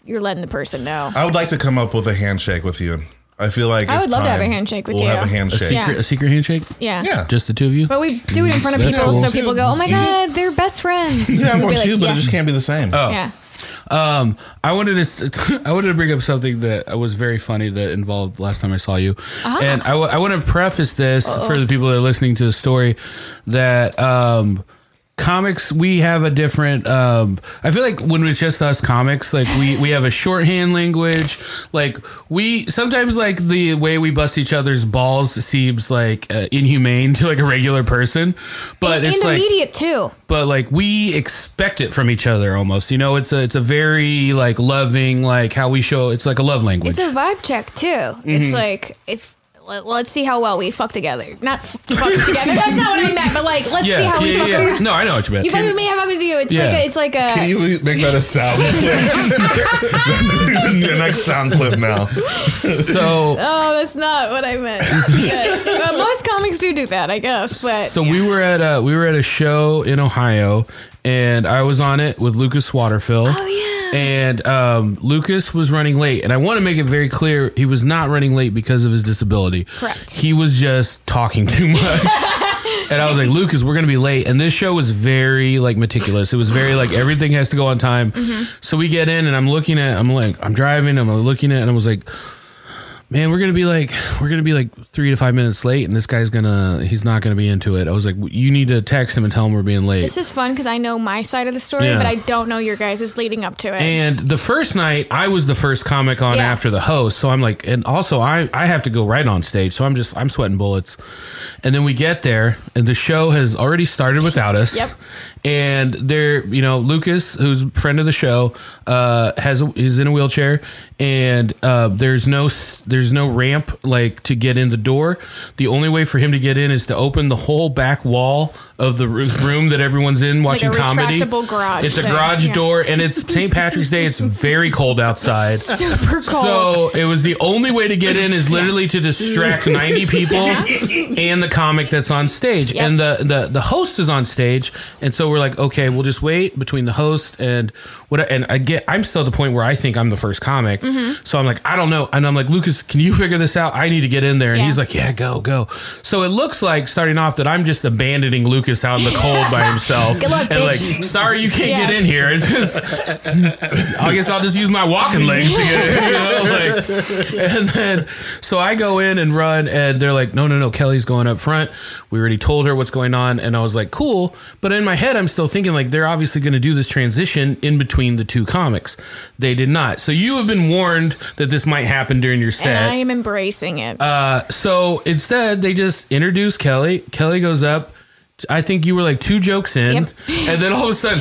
[SPEAKER 6] you're letting the person know.
[SPEAKER 2] I would like to come up with a handshake with you. I feel like
[SPEAKER 6] I
[SPEAKER 2] it's
[SPEAKER 6] would love to have a
[SPEAKER 2] time.
[SPEAKER 6] handshake with
[SPEAKER 2] we'll
[SPEAKER 6] you.
[SPEAKER 2] We'll have a
[SPEAKER 6] A
[SPEAKER 5] A
[SPEAKER 2] handshake.
[SPEAKER 5] secret,
[SPEAKER 6] Yeah.
[SPEAKER 5] a secret handshake.
[SPEAKER 6] Yeah.
[SPEAKER 2] Yeah.
[SPEAKER 5] Just the two of you.
[SPEAKER 6] But we do it in front of
[SPEAKER 5] That's
[SPEAKER 6] people,
[SPEAKER 5] cool.
[SPEAKER 6] so people go, "Oh my god, they're best friends."
[SPEAKER 2] Yeah, I
[SPEAKER 6] We'll be
[SPEAKER 2] want
[SPEAKER 6] like,
[SPEAKER 2] you, but
[SPEAKER 6] yeah.
[SPEAKER 2] it just can't be the same.
[SPEAKER 6] yeah.
[SPEAKER 5] Um, I wanted to s- I wanted to bring up something that was very funny that involved last time I saw you, and I, w- I want to preface this for the people that are listening to the story that um, comics we have a different. Um, I feel like when it's just us comics, like we we have a shorthand language. Like we sometimes like the way we bust each other's balls seems like uh, inhumane to like a regular person, but
[SPEAKER 6] And,
[SPEAKER 5] it's
[SPEAKER 6] and
[SPEAKER 5] like
[SPEAKER 6] immediate too.
[SPEAKER 5] but like we expect it from each other almost. You know, it's a it's a very like loving like how we show it's like a love language.
[SPEAKER 6] It's a vibe check too.
[SPEAKER 5] Mm-hmm.
[SPEAKER 6] It's like if let, let's see how well we fuck together. Not f- fuck together. That's not what I meant. But like, let's see how we fuck.
[SPEAKER 5] yeah.
[SPEAKER 6] together.
[SPEAKER 5] No, I know what you meant.
[SPEAKER 6] You fuck with me, I fuck with you. It's
[SPEAKER 5] Yeah.
[SPEAKER 6] like a, it's like a.
[SPEAKER 2] Can you make that a sound clip? the next sound clip now.
[SPEAKER 5] so
[SPEAKER 6] Oh, that's not what I meant. But, uh, most comics do do that, I guess. But
[SPEAKER 5] so we were at a we were at a show in Ohio and I was on it with Lucas Waterfill.
[SPEAKER 6] Oh, yeah.
[SPEAKER 5] And um, Lucas was running late, and I want to make it very clear he was not running late because of his disability.
[SPEAKER 6] Correct.
[SPEAKER 5] He was just talking too much. And I was like, Lucas, we're gonna be late. And this show was very like meticulous. It was very like everything has to go on time. So we get in, and I'm looking at, I'm like, I'm driving, I'm looking at, and I was like, man, we're gonna be like, we're gonna be like three to five minutes late, and this guy's gonna, he's not gonna be into it. I was like, you need to text him and tell him we're being late.
[SPEAKER 6] This is fun because I know my side of the story,
[SPEAKER 5] Yeah.
[SPEAKER 6] but I don't know your guys' is leading up to it.
[SPEAKER 5] And the first night, I was the first comic on
[SPEAKER 6] Yeah.
[SPEAKER 5] after the host, so I'm like, and also I I have to go right on stage, so I'm just I'm sweating bullets. And then we get there, and the show has already started without us.
[SPEAKER 6] Yep.
[SPEAKER 5] And there, you know, Lucas, who's a friend of the show, uh, has a, is in a wheelchair, and uh, there's no s- there's no ramp like to get in the door. The only way for him to get in is to open the whole back wall of the r- room that everyone's in watching
[SPEAKER 6] a
[SPEAKER 5] comedy.
[SPEAKER 6] retractable garage
[SPEAKER 5] It's a
[SPEAKER 6] thing,
[SPEAKER 5] garage
[SPEAKER 6] yeah.
[SPEAKER 5] door door, and it's St. Patrick's Day. It's very cold outside.
[SPEAKER 6] Super cold.
[SPEAKER 5] So it was the only way to get in is literally to distract 90 people and the comic that's on stage.
[SPEAKER 6] Yep.
[SPEAKER 5] And the, the the host is on stage. And so we're like, okay, we'll just wait between the host and what and I get I'm still at the point where I think I'm the first comic.
[SPEAKER 6] Mm-hmm.
[SPEAKER 5] So I'm like, I don't know. And I'm like, Lucas, can you figure this out? I need to get in there. And
[SPEAKER 6] Yeah.
[SPEAKER 5] he's like, Yeah, go, go. So it looks like starting off that I'm just abandoning Lucas out in the cold by himself.
[SPEAKER 6] Good luck,
[SPEAKER 5] and
[SPEAKER 6] bitch.
[SPEAKER 5] like, sorry you can't
[SPEAKER 6] Yeah.
[SPEAKER 5] get in here. It's just I guess I'll just use my walking legs to get in. You know? like, and then, so I go in and run, and they're like, no, no, no, Kelly's going up front. We already told her what's going on. And I was like, cool. But in my head, I'm still thinking, like, they're obviously going to do this transition in between the two comics. They did not. So you have been warned that this might happen during your set.
[SPEAKER 6] and I am embracing it.
[SPEAKER 5] Uh, So instead, they just introduce Kelly. Kelly goes up. I think you were like two jokes in,
[SPEAKER 6] Yep.
[SPEAKER 5] and then all of a sudden,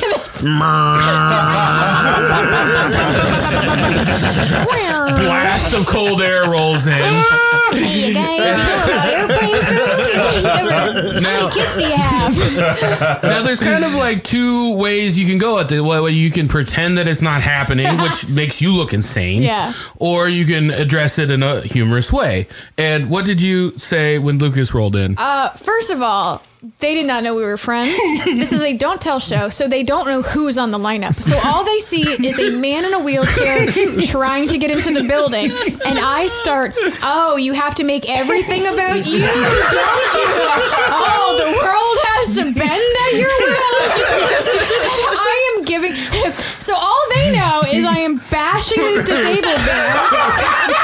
[SPEAKER 5] blast of cold air rolls in.
[SPEAKER 6] hey, you guys, you know about airplane food? How many kids do you have?
[SPEAKER 5] Now, there's kind of like two ways you can go at the well, you can pretend that it's not happening, which makes you look insane.
[SPEAKER 6] Yeah.
[SPEAKER 5] Or you can address it in a humorous way. And what did you say when Lucas rolled in?
[SPEAKER 6] Uh, First of all, they did not know we were friends. This is a don't tell show, so they don't know who's on the lineup. So all they see is a man in a wheelchair trying to get into the building. And I start, oh, you have to make everything about you, don't you? Oh, the world has to bend at your will. Just because I am giving. So all they know is I am bashing this disabled man.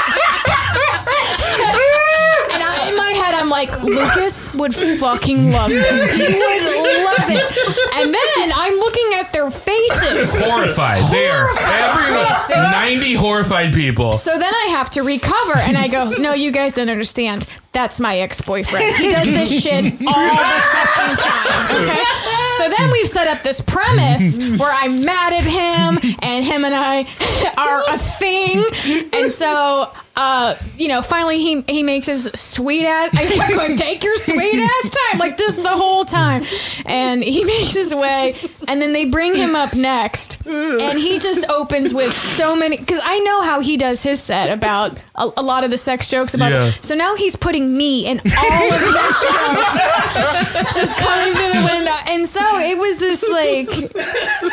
[SPEAKER 6] And I, in my head, I'm like, Lucas would fucking love this. He would love it. And then I'm looking at their faces.
[SPEAKER 5] horrified. there. Everyone. 90 horrified people.
[SPEAKER 6] So then I have to recover, and I go, No, you guys don't understand. That's my ex boyfriend. He does this shit all the fucking time. Okay? So then we've set up this premise where I'm mad at him, and him and I are a thing. And so. Uh, you know, finally he he makes his sweet ass. I kept going, take your sweet ass time, like this the whole time. And he makes his way, and then they bring him up next, and he just opens with so many. Because I know how he does his set about a, a lot of the sex jokes. About
[SPEAKER 5] Yeah.
[SPEAKER 6] so now he's putting me in all of his jokes, just coming through the window. And so it was this like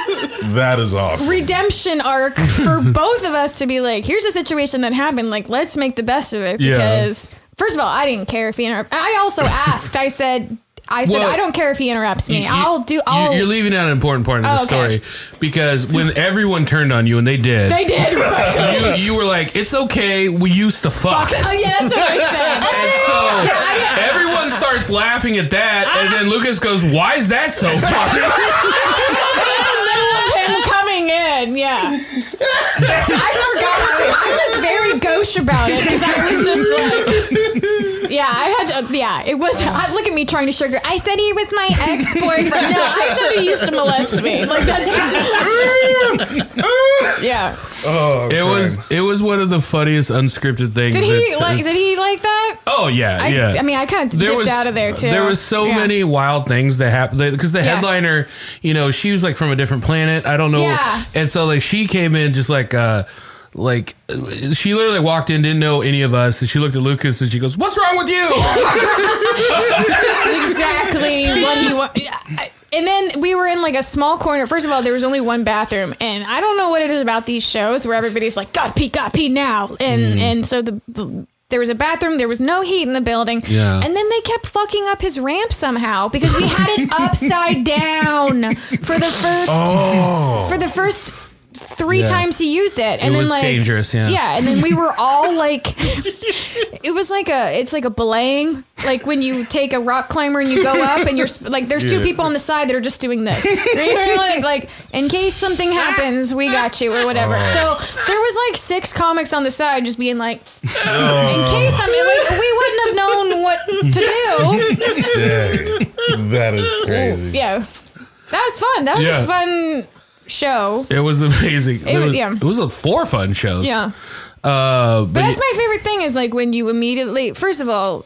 [SPEAKER 2] That is awesome.
[SPEAKER 6] redemption arc for both of us to be like, here's a situation that happened. Like, let's make the best of it because first of all, I didn't care if he interrupted. I also asked. I said, I said,
[SPEAKER 5] Well,
[SPEAKER 6] I don't care if he interrupts me.
[SPEAKER 5] You- you-
[SPEAKER 6] I'll do.
[SPEAKER 5] you-
[SPEAKER 6] I'll.
[SPEAKER 5] You're leaving out an important part of the
[SPEAKER 6] Oh, okay.
[SPEAKER 5] story because when everyone turned on you, and they did,
[SPEAKER 6] they did. Fuck.
[SPEAKER 5] you, you were like, "It's okay, we used to fuck."
[SPEAKER 6] Oh, yeah, that's what I
[SPEAKER 5] And
[SPEAKER 6] said.
[SPEAKER 5] so
[SPEAKER 6] I-
[SPEAKER 5] everyone starts laughing at that, and then Lucas goes, "Why is that so funny?"
[SPEAKER 6] Him coming in, yeah. I forgot. I was very gauche about it because I was just like, yeah, I had, to, yeah, it was. I, look at me trying to sugar. I said he was my ex boyfriend. No, I said he used to molest me. Like that's, yeah.
[SPEAKER 2] Oh,
[SPEAKER 5] it was it was one of the funniest unscripted things.
[SPEAKER 6] Did he
[SPEAKER 5] It's-
[SPEAKER 6] like?
[SPEAKER 5] it's-
[SPEAKER 6] Did he like that?
[SPEAKER 5] Oh yeah,
[SPEAKER 6] I,
[SPEAKER 5] yeah.
[SPEAKER 6] I mean, I kind of dipped out of there too.
[SPEAKER 5] There was so
[SPEAKER 6] Yeah.
[SPEAKER 5] many wild things that happened because the
[SPEAKER 6] Yeah.
[SPEAKER 5] headliner, you know, she was like from a different planet. I don't know,
[SPEAKER 6] Yeah.
[SPEAKER 5] and so like she came in just like. uh like she literally walked in, didn't know any of us, and she looked at Lucas and she goes, "What's wrong with you?"
[SPEAKER 6] That's exactly what he was. And then we were in like a small corner. First of all, there was only one bathroom, and I don't know what it is about these shows where everybody's like, "God pee, God pee now,"
[SPEAKER 5] Mm.
[SPEAKER 6] and and so the, the there was a bathroom. There was no heat in the building,
[SPEAKER 5] Yeah.
[SPEAKER 6] and then they kept fucking up his ramp somehow because we had it upside down for the first for the first. Three
[SPEAKER 5] Oh. Yeah.
[SPEAKER 6] times he used it,
[SPEAKER 5] It
[SPEAKER 6] and then
[SPEAKER 5] was
[SPEAKER 6] like
[SPEAKER 5] dangerous, yeah.
[SPEAKER 6] yeah, and then we were all like, it was like a it's like a belaying like when you take a rock climber and you go up and you're sp- like there's two people on the side that are just doing this like, like in case something happens we got you or whatever so there was like six comics on the side just being like in
[SPEAKER 5] Oh.
[SPEAKER 6] case i mean like we wouldn't have known what to
[SPEAKER 2] Dang. That is
[SPEAKER 6] do
[SPEAKER 2] crazy.
[SPEAKER 6] yeah that was fun that was
[SPEAKER 5] Yeah.
[SPEAKER 6] a fun show
[SPEAKER 5] It was amazing. It,
[SPEAKER 6] was-
[SPEAKER 5] was,
[SPEAKER 6] yeah.
[SPEAKER 5] it was a four fun shows.
[SPEAKER 6] yeah
[SPEAKER 5] Uh, but
[SPEAKER 6] But that's my favorite thing is like when you immediately, first of all,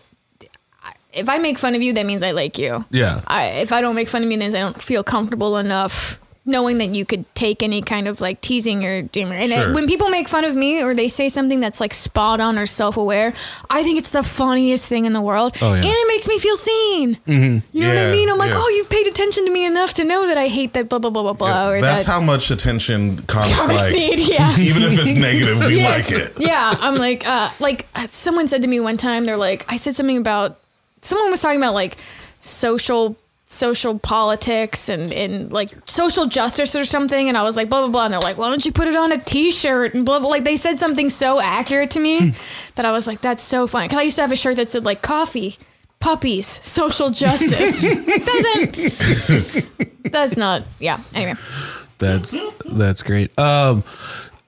[SPEAKER 6] if I make fun of you, that means I like you.
[SPEAKER 5] yeah,
[SPEAKER 6] I, if I don't make fun of you, that means I don't feel comfortable enough knowing that you could take any kind of like teasing or humor. And I-
[SPEAKER 5] Sure.
[SPEAKER 6] when people make fun of me or they say something that's like spot on or self aware, I think it's the funniest thing in the world.
[SPEAKER 5] Oh, yeah.
[SPEAKER 6] And it makes me feel seen. You know what I
[SPEAKER 2] Yeah,
[SPEAKER 6] mean? I'm like,
[SPEAKER 2] yeah.
[SPEAKER 6] oh, you've paid attention to me enough to know that I hate that blah, blah, blah, blah, blah. Or
[SPEAKER 2] That's
[SPEAKER 6] that
[SPEAKER 2] how much attention comics
[SPEAKER 6] comics
[SPEAKER 2] like.
[SPEAKER 6] need. Yeah.
[SPEAKER 2] Even if it's negative, we
[SPEAKER 6] Yes.
[SPEAKER 2] like it.
[SPEAKER 6] yeah, I'm like, uh, like uh, someone said to me one time, they're like, I said something about, someone was talking about like social social politics and and like social justice or something, and I was like, blah blah blah, and they're like, why don't you put it on a T-shirt and blah blah. Like they said something so accurate to me that I was like, that's so funny. Cause I used to have a shirt that said like coffee. Puppies, social justice doesn't. That's not. Yeah. Anyway,
[SPEAKER 5] that's that's great. Um,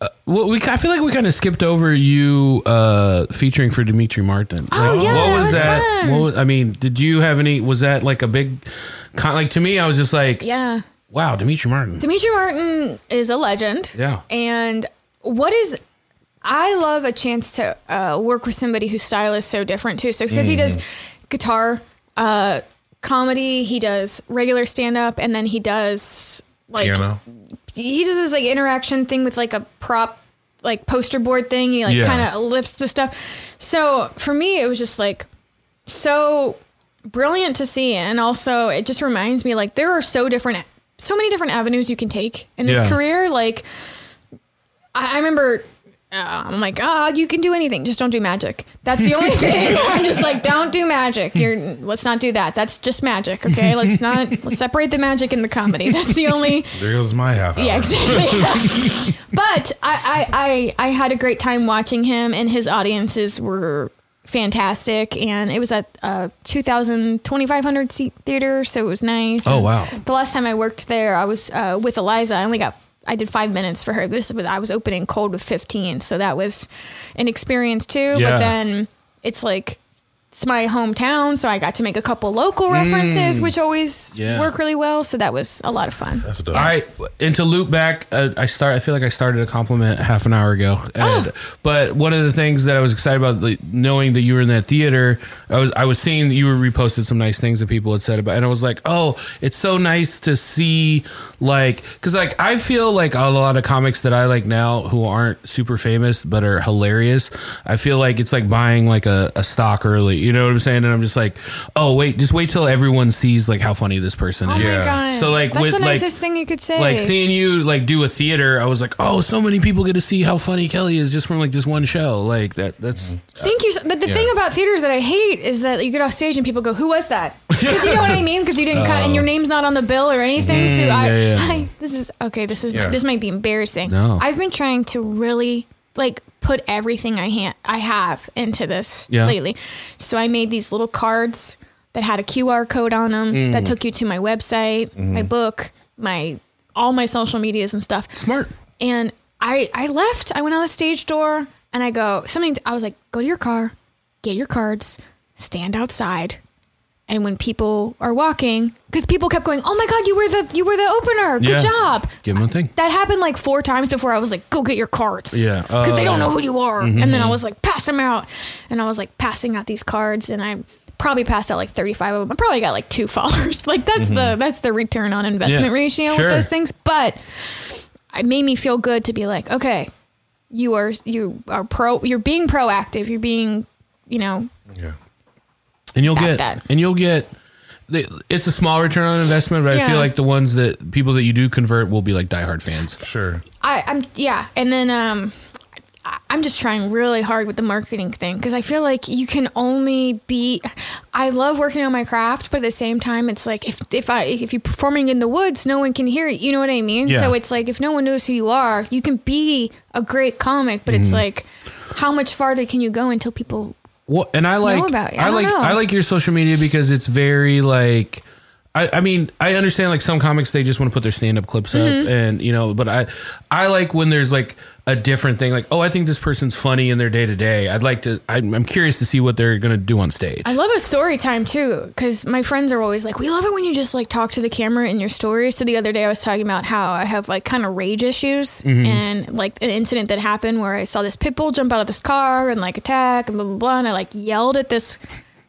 [SPEAKER 5] uh, well, we I feel like we kind of skipped over you uh, featuring for Dimitri Martin.
[SPEAKER 6] Oh, yeah, that was fun.
[SPEAKER 5] What was, I mean, did you have any? Was that like a big? Con- like to me, I was just like,
[SPEAKER 6] yeah.
[SPEAKER 5] wow, Dimitri Martin.
[SPEAKER 6] Dimitri Martin is a legend.
[SPEAKER 5] Yeah.
[SPEAKER 6] And what is I love a chance to uh, work with somebody whose style is so different too. So because he does guitar, uh, comedy, he does regular stand up, and then he does like
[SPEAKER 2] You know?
[SPEAKER 6] he does this like interaction thing with like a prop like poster board thing. He like
[SPEAKER 5] Yeah.
[SPEAKER 6] kind of lifts the stuff. So for me, it was just like so brilliant to see and also it just reminds me like there are so different so many different avenues you can take in this
[SPEAKER 5] Yeah.
[SPEAKER 6] career like i, I remember uh, i'm like ah you can do anything just don't do magic that's the only thing i'm just like don't do magic you're let's not do that that's just magic okay let's not let's separate the magic and the comedy that's the only
[SPEAKER 2] There goes my half hour.
[SPEAKER 6] yeah, exactly. but I, I, I, I had a great time watching him, and his audiences were fantastic. And it was at uh, 2,000, 2,500 seat theater, so it was nice.
[SPEAKER 5] Oh,
[SPEAKER 6] And
[SPEAKER 5] wow.
[SPEAKER 6] The last time I worked there, I was uh, with Eliza. I only got. I did five minutes for her. This was I was opening cold with fifteen, so that was an experience too.
[SPEAKER 5] Yeah.
[SPEAKER 6] But then it's like it's my hometown, so I got to make a couple local references, which always
[SPEAKER 5] Mm. Yeah.
[SPEAKER 6] work really well. So that was a lot of fun.
[SPEAKER 2] That's dope.
[SPEAKER 5] All right, and to loop back, uh, I start. I feel like I started a compliment half an hour ago. And, But one of the things that I was excited about, like, knowing that you were in that theater, I was I was seeing that you were reposted some nice things that people had said about, and I was like, oh, it's so nice to see, like, because like I feel like a lot of comics that I like now who aren't super famous but are hilarious. I feel like it's like buying like a, a stock early. You know what I'm saying? And I'm just like, oh wait, just wait till everyone sees like how funny this person is.
[SPEAKER 6] Oh
[SPEAKER 2] Yeah.
[SPEAKER 6] my god.
[SPEAKER 5] So, like,
[SPEAKER 6] that's
[SPEAKER 5] with,
[SPEAKER 6] the
[SPEAKER 5] like-
[SPEAKER 6] nicest thing you could say.
[SPEAKER 5] Like seeing you like do a theater, I was like, oh, so many people get to see how funny Kelly is just from like this one show. Like that. That's
[SPEAKER 6] Thank you. so- But the thing about theaters that I hate is that you get off stage and people go, "Who was that?" Because you know what I mean. Because you didn't cut and your name's not on the bill or anything. so I,
[SPEAKER 5] Oh. Mm, yeah, yeah.
[SPEAKER 6] I- this is okay. This is
[SPEAKER 2] Yeah.
[SPEAKER 6] this might be embarrassing.
[SPEAKER 5] No.
[SPEAKER 6] I've been trying to really like put everything I ha- I have into this
[SPEAKER 5] Yeah.
[SPEAKER 6] lately. So I made these little cards that had a QR code on them
[SPEAKER 5] Mm.
[SPEAKER 6] that took you to my website, my book, my all my social medias and stuff.
[SPEAKER 5] smart.
[SPEAKER 6] And I I left. I went out the stage door and I go something. I was like, go to your car, get your cards, stand outside. And when people are walking, because people kept going, oh my god, you were the you were the opener. Good
[SPEAKER 5] Yeah.
[SPEAKER 6] job.
[SPEAKER 5] Give him a thing.
[SPEAKER 6] That happened like four times before I was like, go get your cards.
[SPEAKER 5] Yeah.
[SPEAKER 6] Because they don't
[SPEAKER 5] Oh.
[SPEAKER 6] know who you are. And then I was like, pass them out. And I was like, passing out these cards. And I probably passed out like 35 of them. I probably got like two followers. Like that's the that's the return on investment
[SPEAKER 5] Mm-hmm. Yeah.
[SPEAKER 6] ratio
[SPEAKER 5] Sure.
[SPEAKER 6] with those things. But it made me feel good to be like, okay, you are you are pro you're being proactive. You're being, you know,
[SPEAKER 2] Yeah.
[SPEAKER 5] And you'll
[SPEAKER 6] Got
[SPEAKER 5] get
[SPEAKER 6] that.
[SPEAKER 5] and you'll get they- it's a small return on investment, but I
[SPEAKER 6] Yeah.
[SPEAKER 5] feel like the ones that people that you do convert will be like diehard fans.
[SPEAKER 2] Sure.
[SPEAKER 6] I, I'm yeah, and then um, I, I'm just trying really hard with the marketing thing because I feel like you can only be. I love working on my craft, but at the same time, it's like if if I if you're performing in the woods, no one can hear you. You know what I mean?
[SPEAKER 5] Yeah.
[SPEAKER 6] So it's like if no one knows who you are, you can be a great comic, but it's like how much farther can you go until people?
[SPEAKER 5] Well, and I like
[SPEAKER 6] about you. I
[SPEAKER 5] I,
[SPEAKER 6] don't
[SPEAKER 5] like
[SPEAKER 6] know.
[SPEAKER 5] I like your social media because it's very like I, I mean I understand like some comics they just want to put their stand up clips up
[SPEAKER 6] Mm-hmm.
[SPEAKER 5] and you know but I I like when there's like a different thing like oh I think this person's funny in their day to day I'd like to I'm, I'm curious to see what they're gonna do on stage
[SPEAKER 6] I love a story time too, because my friends are always like, "We love it when you just like talk to the camera in your stories." So the other day, I was talking about how I have like kind of rage issues
[SPEAKER 2] Mm-hmm.
[SPEAKER 6] and like an incident that happened where I saw this pit bull jump out of this car and like attack and blah blah blah, and I like yelled at this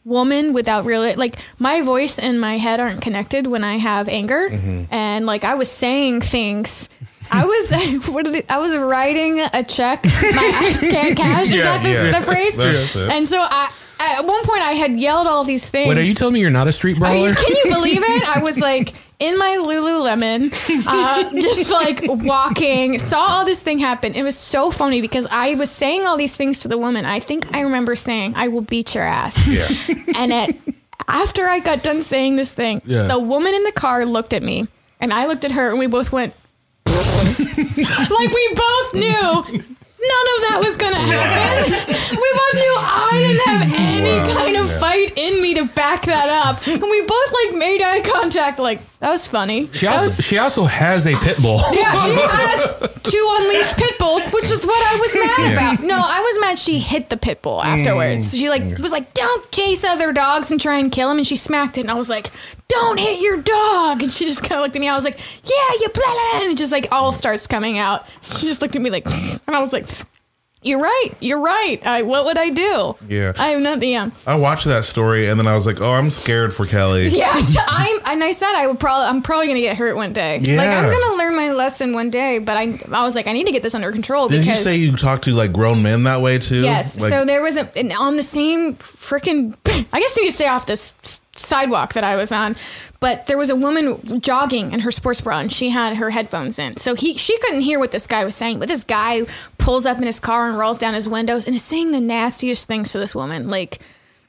[SPEAKER 6] woman without really like my voice and my head aren't connected when I have anger,
[SPEAKER 2] Mm-hmm.
[SPEAKER 6] and like I was saying things. I was what did it, I was writing a check. My eyes can't cash. Is that the,
[SPEAKER 2] yeah.
[SPEAKER 6] the phrase?
[SPEAKER 2] That's it.
[SPEAKER 6] And so I, at one point, I had yelled all these things.
[SPEAKER 5] wait are you telling me you're not a street
[SPEAKER 6] Are
[SPEAKER 5] brawler
[SPEAKER 6] you- Can you believe it? I was like in my Lululemon, uh, just like walking, saw all this thing happen. It was so funny because I was saying all these things to the woman. I think I remember saying, "I will beat your ass."
[SPEAKER 2] Yeah.
[SPEAKER 6] And it, after I got done saying this thing,
[SPEAKER 5] Yeah.
[SPEAKER 6] the woman in the car looked at me, and I looked at her, and we both went like we both knew. None of that was gonna happen. We both knew I didn't have any kind of fight in me to back that up, and we both like made eye contact. Like that was funny.
[SPEAKER 5] she also she also has a pit bull
[SPEAKER 6] Yeah, she has two unleashed pit bulls, which was what I was mad about. No, I was mad she hit the pit bull afterwards. She like was like, "Don't chase other dogs and try and kill him," and she smacked it, and I was like, "Don't hit your dog!" And she just kind of looked at me. I was like, "Yeah, you blah blah," blah," and it just like all starts coming out. She just looked at me like, and I was like. You're right. You're right. I, what would I do?
[SPEAKER 2] Yeah.
[SPEAKER 6] I have nothing. Yeah.
[SPEAKER 2] I watched that story and then I was like, oh, I'm scared for Kelly.
[SPEAKER 6] Yeah, so I'm, and I said I would probably, I'm probably gonna get hurt one day. Like I'm
[SPEAKER 2] Yeah.
[SPEAKER 6] gonna learn my lesson one day, but I, I was like, I need to get this under control
[SPEAKER 2] Did you
[SPEAKER 6] because.
[SPEAKER 2] say you talk to like grown men that way too?
[SPEAKER 6] Yes.
[SPEAKER 2] Like,
[SPEAKER 6] so there was a an, on the same freaking. I guess you could stay off this s- sidewalk that I was on, but there was a woman jogging in her sports bra and she had her headphones in, so he she couldn't hear what this guy was saying. But this guy pulls up in his car and rolls down his windows and is saying the nastiest things to this woman, like.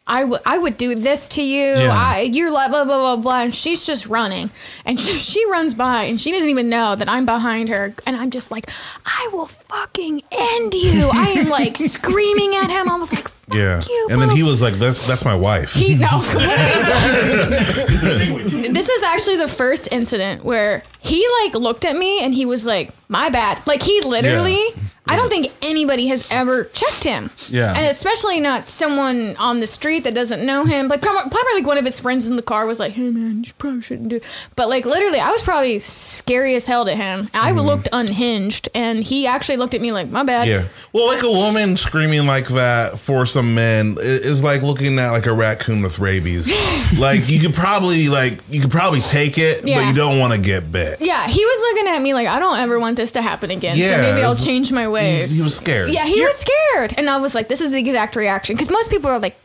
[SPEAKER 6] I would I would do this to you. I you're like blah blah blah blah. And she's just running, and she, she runs by, and she doesn't even know that I'm behind her. And I'm just like, I will fucking end you. I am like screaming at him, almost like, Fuck
[SPEAKER 2] yeah.
[SPEAKER 6] You,
[SPEAKER 2] and then
[SPEAKER 6] blah,
[SPEAKER 2] he was like, that's that's my wife.
[SPEAKER 6] he no. this is actually the first incident where he like looked at me and he was like, "My bad." Like he literally. I don't think anybody has ever checked him.
[SPEAKER 5] Yeah.
[SPEAKER 6] And especially not someone on the street that doesn't know him. Like prob- probably like one of his friends in the car was like, "Hey man, you probably shouldn't do." But like literally, I was probably scary as hell to him.
[SPEAKER 2] Mm-hmm.
[SPEAKER 6] I looked unhinged, and he actually looked at me like, "My bad."
[SPEAKER 2] Yeah. Well, like a woman screaming like that for some men i- is like looking at like a raccoon with rabies. like you could probably like you could probably take it, but
[SPEAKER 6] Yeah.
[SPEAKER 2] you don't want to get bit.
[SPEAKER 6] Yeah, he was looking at me like I don't ever want this to happen again.
[SPEAKER 2] Yeah,
[SPEAKER 6] so maybe I'll
[SPEAKER 2] it's-
[SPEAKER 6] change my ways.
[SPEAKER 2] he was scared.
[SPEAKER 6] Yeah, he was scared, and I was like, this is the exact reaction because most people are like,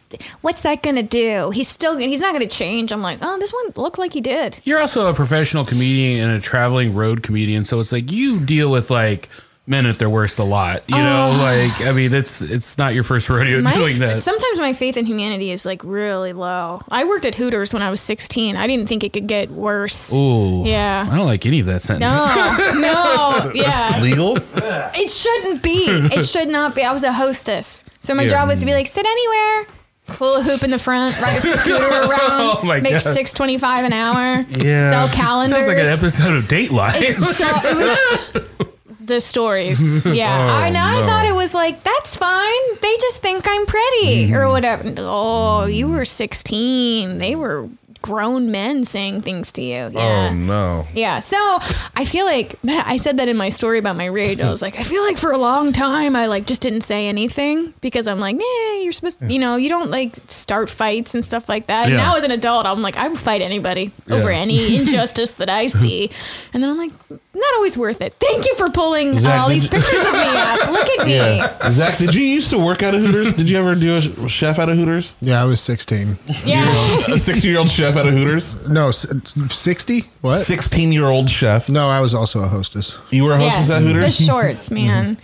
[SPEAKER 6] what's that gonna do? He's still he's not gonna change. I'm like, oh, this one looked like he did.
[SPEAKER 5] You're also a professional comedian and a traveling road comedian, so it's like you deal with like men at their worst a lot. You know,
[SPEAKER 6] Oh.
[SPEAKER 5] like I mean, that's it's not your first rodeo
[SPEAKER 6] My,
[SPEAKER 5] doing that.
[SPEAKER 6] Sometimes my faith in humanity is like really low. I worked at Hooters when I was 16. I didn't think it could get worse.
[SPEAKER 5] Ooh,
[SPEAKER 6] Yeah.
[SPEAKER 5] I don't like any of that sentence.
[SPEAKER 6] No, no, yeah.
[SPEAKER 2] Legal?
[SPEAKER 6] It shouldn't be. It should not be. I was a hostess, so my job was to be like sit anywhere, pull a hoop in the front, ride a scooter around,
[SPEAKER 5] Oh my
[SPEAKER 6] make
[SPEAKER 5] God.
[SPEAKER 6] six twenty five an hour,
[SPEAKER 2] Yeah.
[SPEAKER 6] sell
[SPEAKER 2] Sounds
[SPEAKER 6] calendars.
[SPEAKER 5] Sounds like an episode of Dateline.
[SPEAKER 6] It's so it was the stories. Yeah, I know. I thought it was like that's fine. They just think I'm pretty or whatever. Oh, you were sixteen. They were grown men saying things to you. Yeah.
[SPEAKER 2] Oh no.
[SPEAKER 6] Yeah. So I feel like I said that in my story about my rage. I was like, I feel like for a long time I like just didn't say anything because I'm like, nah, you're supposed, you know, you don't like start fights and stuff like that.
[SPEAKER 5] Yeah.
[SPEAKER 6] Now as an adult, I'm like, I would fight anybody over any injustice that I see. And then I'm like, not always worth it. Thank you for pulling uh,
[SPEAKER 10] Zach,
[SPEAKER 6] all
[SPEAKER 10] did
[SPEAKER 6] these
[SPEAKER 10] you-
[SPEAKER 6] pictures of me up. Look at me. Yeah.
[SPEAKER 10] Zach, did you used to work out of Hooters? Did you ever do a sh- chef out of Hooters?
[SPEAKER 7] Yeah, I was 16.
[SPEAKER 10] A 16 year old chef out of Hooters?
[SPEAKER 7] No, s- 60? What?
[SPEAKER 10] 16 year old chef.
[SPEAKER 7] No, I was also a hostess.
[SPEAKER 10] You were a
[SPEAKER 6] Yeah.
[SPEAKER 10] hostess at
[SPEAKER 6] The
[SPEAKER 10] Hooters?
[SPEAKER 6] shorts,
[SPEAKER 10] Mm-hmm.
[SPEAKER 6] man.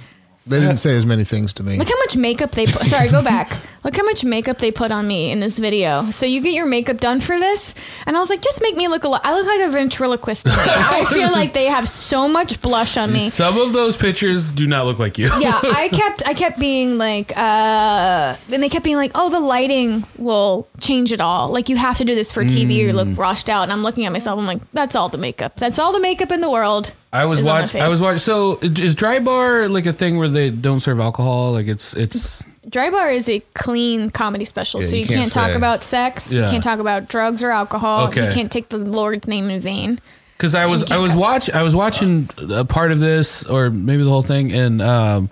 [SPEAKER 7] They didn't say as many things to me.
[SPEAKER 6] Look how much makeup they put. Sorry, go back. Look how much makeup they put on me in this video. So you get your makeup done for this, and I was like, just make me look a lot. I look like a ventriloquist. I feel like they have so much blush on me.
[SPEAKER 5] Some of those pictures do not look like you.
[SPEAKER 6] yeah, I kept I kept being like, uh, and they kept being like, oh, the lighting will change it all. Like you have to do this for TV. You look washed out, and I'm looking at myself. I'm like, that's all the makeup. That's all the makeup in the world.
[SPEAKER 5] I was
[SPEAKER 6] is on my
[SPEAKER 5] watch.
[SPEAKER 6] face.
[SPEAKER 5] I was watch. So is Dry Bar like a thing where they don't serve alcohol? Like it's it's
[SPEAKER 6] Dry Bar is a clean comedy special, so you,
[SPEAKER 10] you
[SPEAKER 6] can't,
[SPEAKER 10] can't
[SPEAKER 6] talk
[SPEAKER 10] say-
[SPEAKER 6] about sex.
[SPEAKER 5] Yeah.
[SPEAKER 6] You can't talk about drugs or alcohol. You
[SPEAKER 5] Okay.
[SPEAKER 6] can't take the Lord's name in vain.
[SPEAKER 5] Because I was I was
[SPEAKER 6] cuss.
[SPEAKER 5] watch I was watching a part of this or maybe the whole thing and um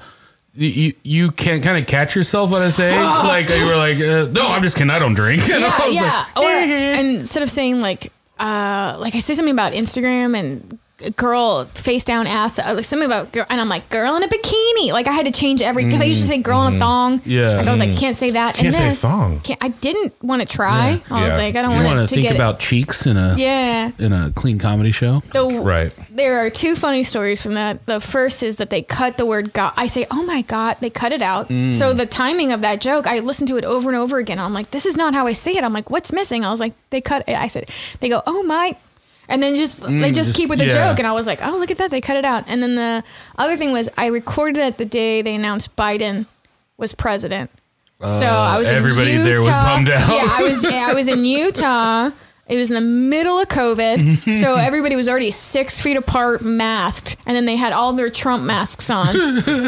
[SPEAKER 5] you- you you can't kind of catch yourself on a thing like you were like uh, no I'm just kidding I don't drink And I
[SPEAKER 6] yeah,
[SPEAKER 5] was like,
[SPEAKER 6] yeah. or
[SPEAKER 5] "Eh."
[SPEAKER 6] and instead of saying like, uh, like I say something about Instagram and g- girl face down ass, uh, like something about girl, and I'm like girl in a bikini. Like I had to change every because I used to say girl in a thong.
[SPEAKER 5] Yeah.
[SPEAKER 6] like I was like can't say that.
[SPEAKER 2] Mm-hmm. Can't say thong.
[SPEAKER 6] Can't, I didn't want to try. I was
[SPEAKER 2] Yeah.
[SPEAKER 6] like I don't
[SPEAKER 5] you
[SPEAKER 6] want
[SPEAKER 5] want to
[SPEAKER 6] to
[SPEAKER 5] think
[SPEAKER 6] get it-
[SPEAKER 5] about cheeks in a
[SPEAKER 6] Yeah.
[SPEAKER 5] in a clean comedy show
[SPEAKER 6] The,
[SPEAKER 2] Right.
[SPEAKER 6] There are two funny stories from that. The first is that they cut the word God. I say, oh my God, they cut it out.
[SPEAKER 5] Mm.
[SPEAKER 6] So the timing of that joke, I listened to it over and over again. I'm like, this is not how I say it. I'm like, what's missing? I was like, they cut it. I said, they go, oh my. And then just, they just,
[SPEAKER 5] Mm, just-
[SPEAKER 6] keep with the
[SPEAKER 5] yeah.
[SPEAKER 6] joke. And I was like, oh, look at that. They cut it out. And then the other thing was, I recorded it the day they announced Biden was president. So I was
[SPEAKER 5] Uh, everybody
[SPEAKER 6] in Utah.
[SPEAKER 5] there was bummed out.
[SPEAKER 6] Yeah, I was yeah, I was in Utah. It was in the middle of COVID, so everybody was already six feet apart, masked, and then they had all their Trump masks on,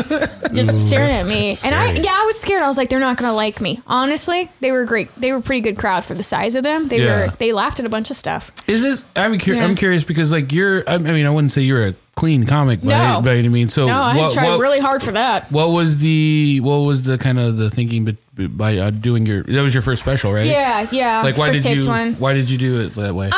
[SPEAKER 6] just staring at me. And I, yeah, I was scared. I was like, they're not gonna like me. Honestly, they were great. They were a pretty good crowd for the size of them. They
[SPEAKER 5] Yeah.
[SPEAKER 6] were. They laughed at a bunch of stuff.
[SPEAKER 5] is this I'm cur-
[SPEAKER 6] Yeah.
[SPEAKER 5] I'm curious because like you're I I mean I wouldn't say you're a clean comic by,
[SPEAKER 6] No.
[SPEAKER 5] by any means so
[SPEAKER 6] No, I had
[SPEAKER 5] what-
[SPEAKER 6] to try
[SPEAKER 5] what-
[SPEAKER 6] really hard for that.
[SPEAKER 5] what was the what was the kind of the thinking by, by uh, doing your that was your first special right
[SPEAKER 6] Yeah, yeah.
[SPEAKER 5] like why
[SPEAKER 6] First
[SPEAKER 5] did
[SPEAKER 6] taped
[SPEAKER 5] you
[SPEAKER 6] one.
[SPEAKER 5] why did you do it that way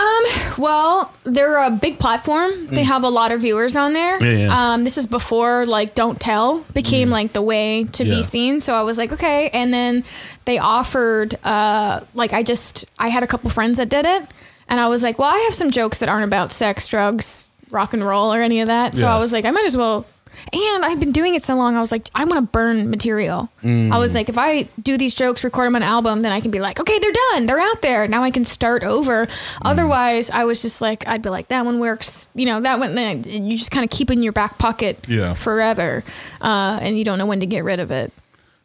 [SPEAKER 6] Well, they're a big platform. They have a lot of viewers on there.
[SPEAKER 5] Mm. Yeah, yeah. Mm.
[SPEAKER 6] Um, this is before like Don't Tell became like the way to
[SPEAKER 5] Yeah.
[SPEAKER 6] be seen. So I was like, okay. And then they offered uh, like I just I had a couple friends that did it, and I was like, well, I have some jokes that aren't about sex, drugs, rock and roll, or any of that. So
[SPEAKER 5] Yeah.
[SPEAKER 6] I was like, I might as well. And I've been doing it so long, I was like, I want to burn material. I
[SPEAKER 5] Mm.
[SPEAKER 6] was like, if I do these jokes, record them on album, then I can be like, okay, they're done. They're out there. Now I can start
[SPEAKER 5] Mm.
[SPEAKER 6] over. Otherwise, I was just like, I'd be like, that one works. You know, that one, then you just kind of keep it in your back pocket
[SPEAKER 2] Yeah.
[SPEAKER 6] forever. Uh, and you don't know when to get rid of it.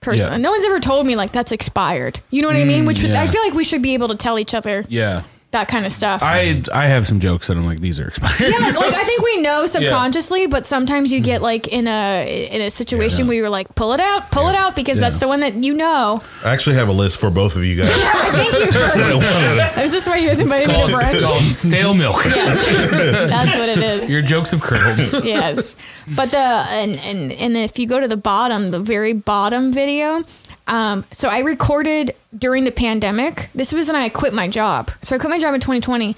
[SPEAKER 6] Personally, no one's ever told me like that's expired. You know what I mean? Which would- I
[SPEAKER 5] Mm, yeah.
[SPEAKER 6] feel like we should be able to tell each other
[SPEAKER 5] yeah
[SPEAKER 6] that kind of stuff.
[SPEAKER 5] I I have some jokes that I'm like these are expired.
[SPEAKER 6] Yes, like I think we know subconsciously, but sometimes you get like in a in a situation where you're like, pull it out, pull it out, because that's the one that you know.
[SPEAKER 2] I actually have a list for both of you guys.
[SPEAKER 6] Thank you. For, is this why you guys invited me to
[SPEAKER 5] Called- it's
[SPEAKER 6] brunch?
[SPEAKER 5] called stale milk.
[SPEAKER 6] That's what it is.
[SPEAKER 5] Your jokes have curled.
[SPEAKER 6] yes. But the and and and if you go to the bottom, the very bottom video, um, so I recorded during the pandemic. This was when I quit my job. So I quit my job in 2020.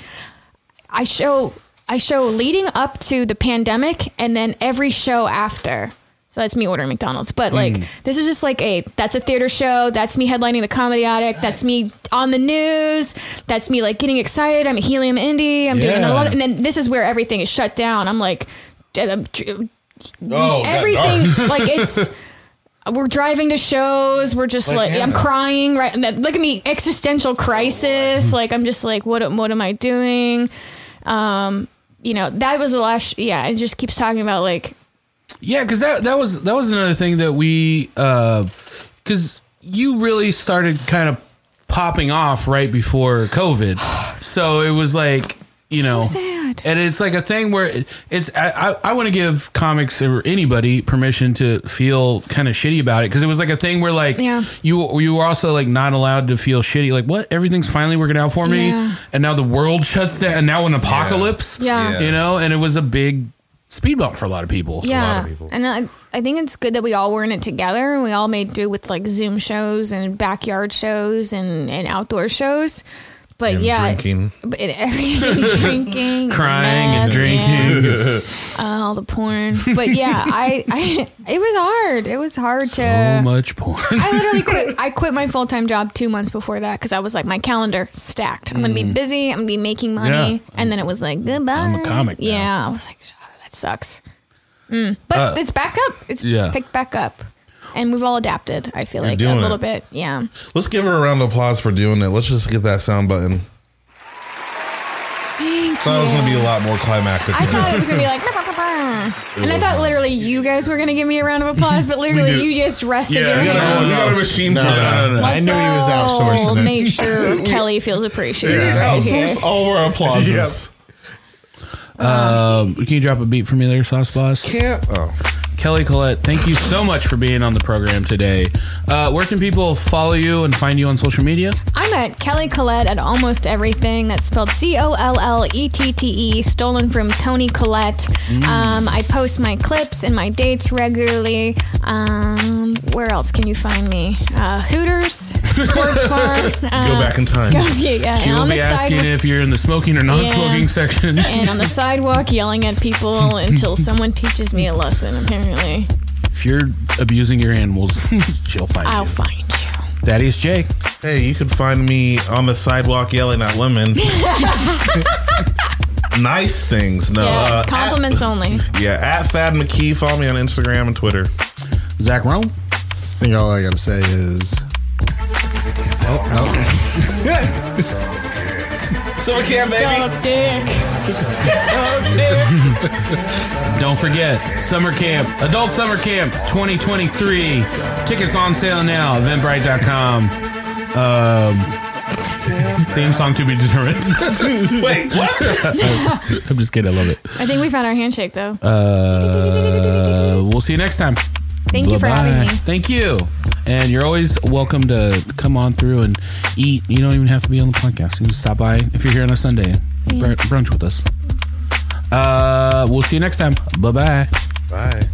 [SPEAKER 6] I show I show leading up to the pandemic and then every show after. So that's me ordering McDonald's. But like this is just like a that's a theater show, that's me headlining the comedy attic, that's me on the news, that's me like getting excited. I'm at Helium Indie, I'm doing a
[SPEAKER 5] Yeah.
[SPEAKER 6] lot and then this is where everything is shut down. I'm like um, I'm-
[SPEAKER 2] Oh,
[SPEAKER 6] everything like it's we're driving to shows we're just like, i'm crying right and that- look at me existential crisis like i'm just like what what am i doing um you know that was the last yeah it just keeps talking about like
[SPEAKER 5] yeah, because that that was that was another thing that we because you really started kind of popping off right before COVID, so it was like you know.
[SPEAKER 6] sad.
[SPEAKER 5] And it's like a thing where it- it's I, I, I want to give comics or anybody permission to feel kind of shitty about it because it was like a thing where like
[SPEAKER 6] Yeah.
[SPEAKER 5] you you were also like not allowed to feel shitty like what everything's finally working out for me
[SPEAKER 6] Yeah.
[SPEAKER 5] and now the world shuts down and now an apocalypse
[SPEAKER 6] Yeah. Yeah.
[SPEAKER 5] you know and it was a big speed bump for a lot of people
[SPEAKER 6] yeah
[SPEAKER 2] of people.
[SPEAKER 6] and I, I think it's good that we all were in it together and we all made do with like zoom shows and backyard shows and and outdoor shows But
[SPEAKER 2] And
[SPEAKER 6] yeah,
[SPEAKER 2] drinking.
[SPEAKER 6] but it- everything, drinking,
[SPEAKER 5] Crying and
[SPEAKER 6] meth,
[SPEAKER 5] drinking.
[SPEAKER 6] yeah. Uh, all the porn. But yeah, I, I it was hard. It was hard
[SPEAKER 5] So
[SPEAKER 6] to.
[SPEAKER 5] much porn.
[SPEAKER 6] I literally quit. I quit my full time job two months before that because I was like, my calendar stacked. I'm gonna be busy. I'm gonna be making money.
[SPEAKER 5] Yeah.
[SPEAKER 6] And then it was like, goodbye. Mm. I'm
[SPEAKER 5] a comic now.
[SPEAKER 6] Yeah, I was like, "Sh- that sucks. Mm. But
[SPEAKER 5] Uh,
[SPEAKER 6] it's back up. It's
[SPEAKER 5] yeah.
[SPEAKER 6] picked back up, and we've all adapted. I feel like a
[SPEAKER 2] doing
[SPEAKER 6] little
[SPEAKER 2] it.
[SPEAKER 6] bit. Yeah.
[SPEAKER 2] Let's give her a round of applause for doing it. Let's just get that sound button.
[SPEAKER 6] Thank
[SPEAKER 2] Thought it was
[SPEAKER 6] you.
[SPEAKER 2] going to be a lot more climactic.
[SPEAKER 6] I
[SPEAKER 2] than
[SPEAKER 6] thought
[SPEAKER 2] that.
[SPEAKER 6] it was gonna be like, "Bah, bah, bah, bah." and I thought
[SPEAKER 2] wasn't.
[SPEAKER 6] literally you guys were gonna give me a round of applause, but literally
[SPEAKER 2] did.
[SPEAKER 6] you just rested your
[SPEAKER 2] you got a,
[SPEAKER 6] hands.
[SPEAKER 2] you got a machine for that.
[SPEAKER 7] no, no. I
[SPEAKER 6] Let's
[SPEAKER 7] knew he was
[SPEAKER 6] all
[SPEAKER 7] outsourcing it.
[SPEAKER 6] Make sure Kelly feels appreciated right here.
[SPEAKER 2] Outsource all our applauses.
[SPEAKER 5] Um, can you drop a beat for me there, Sauce Boss?
[SPEAKER 2] Can't. Oh.
[SPEAKER 5] Kelly Collette, thank you so much for being on the program today. Uh, where can people follow you and find you on social media?
[SPEAKER 6] I'm at Kelly Collette at almost everything. That's spelled C O L L E T T E, stolen from Tony Collette. Um, I post my clips and my dates regularly. Um, where else can you find me? Uh, Hooters, Sports Bar. Uh,
[SPEAKER 2] Go back in time.
[SPEAKER 6] yeah, yeah.
[SPEAKER 5] She
[SPEAKER 6] and
[SPEAKER 5] will
[SPEAKER 6] on
[SPEAKER 5] be
[SPEAKER 6] the
[SPEAKER 5] asking
[SPEAKER 6] sidewalk-
[SPEAKER 5] if you're in the smoking or non-smoking
[SPEAKER 6] Yeah.
[SPEAKER 5] section.
[SPEAKER 6] and on the sidewalk yelling at people until someone teaches me a lesson, apparently.
[SPEAKER 5] If you're abusing your animals, she'll find
[SPEAKER 6] I'll
[SPEAKER 5] you.
[SPEAKER 6] find you.
[SPEAKER 5] That is Jake.
[SPEAKER 2] Hey, you can find me on the sidewalk yelling at women. nice things. No.
[SPEAKER 6] Yes,
[SPEAKER 2] uh,
[SPEAKER 6] compliments only.
[SPEAKER 2] at- yeah, at Fab McKee. Follow me on Instagram and Twitter.
[SPEAKER 5] Zach Rome.
[SPEAKER 7] I think all I gotta say is
[SPEAKER 2] Summer camp,
[SPEAKER 6] Suck dick.
[SPEAKER 5] Don't forget, summer camp, adult summer camp 2023. Tickets on sale now, eventbrite.com. Um, theme song to be determined.
[SPEAKER 2] Wait, what?
[SPEAKER 5] I'm just kidding. I love it.
[SPEAKER 6] I think we found our handshake, though.
[SPEAKER 5] Uh, we'll see you next time.
[SPEAKER 6] Thank you for
[SPEAKER 5] Bye-bye.
[SPEAKER 6] having me.
[SPEAKER 5] Thank you. And you're always welcome to come on through and eat. You don't even have to be on the podcast. You can stop by if you're here on a Sunday. Br- brunch with us. Uh, we'll see you next time. Bye bye.
[SPEAKER 2] Bye.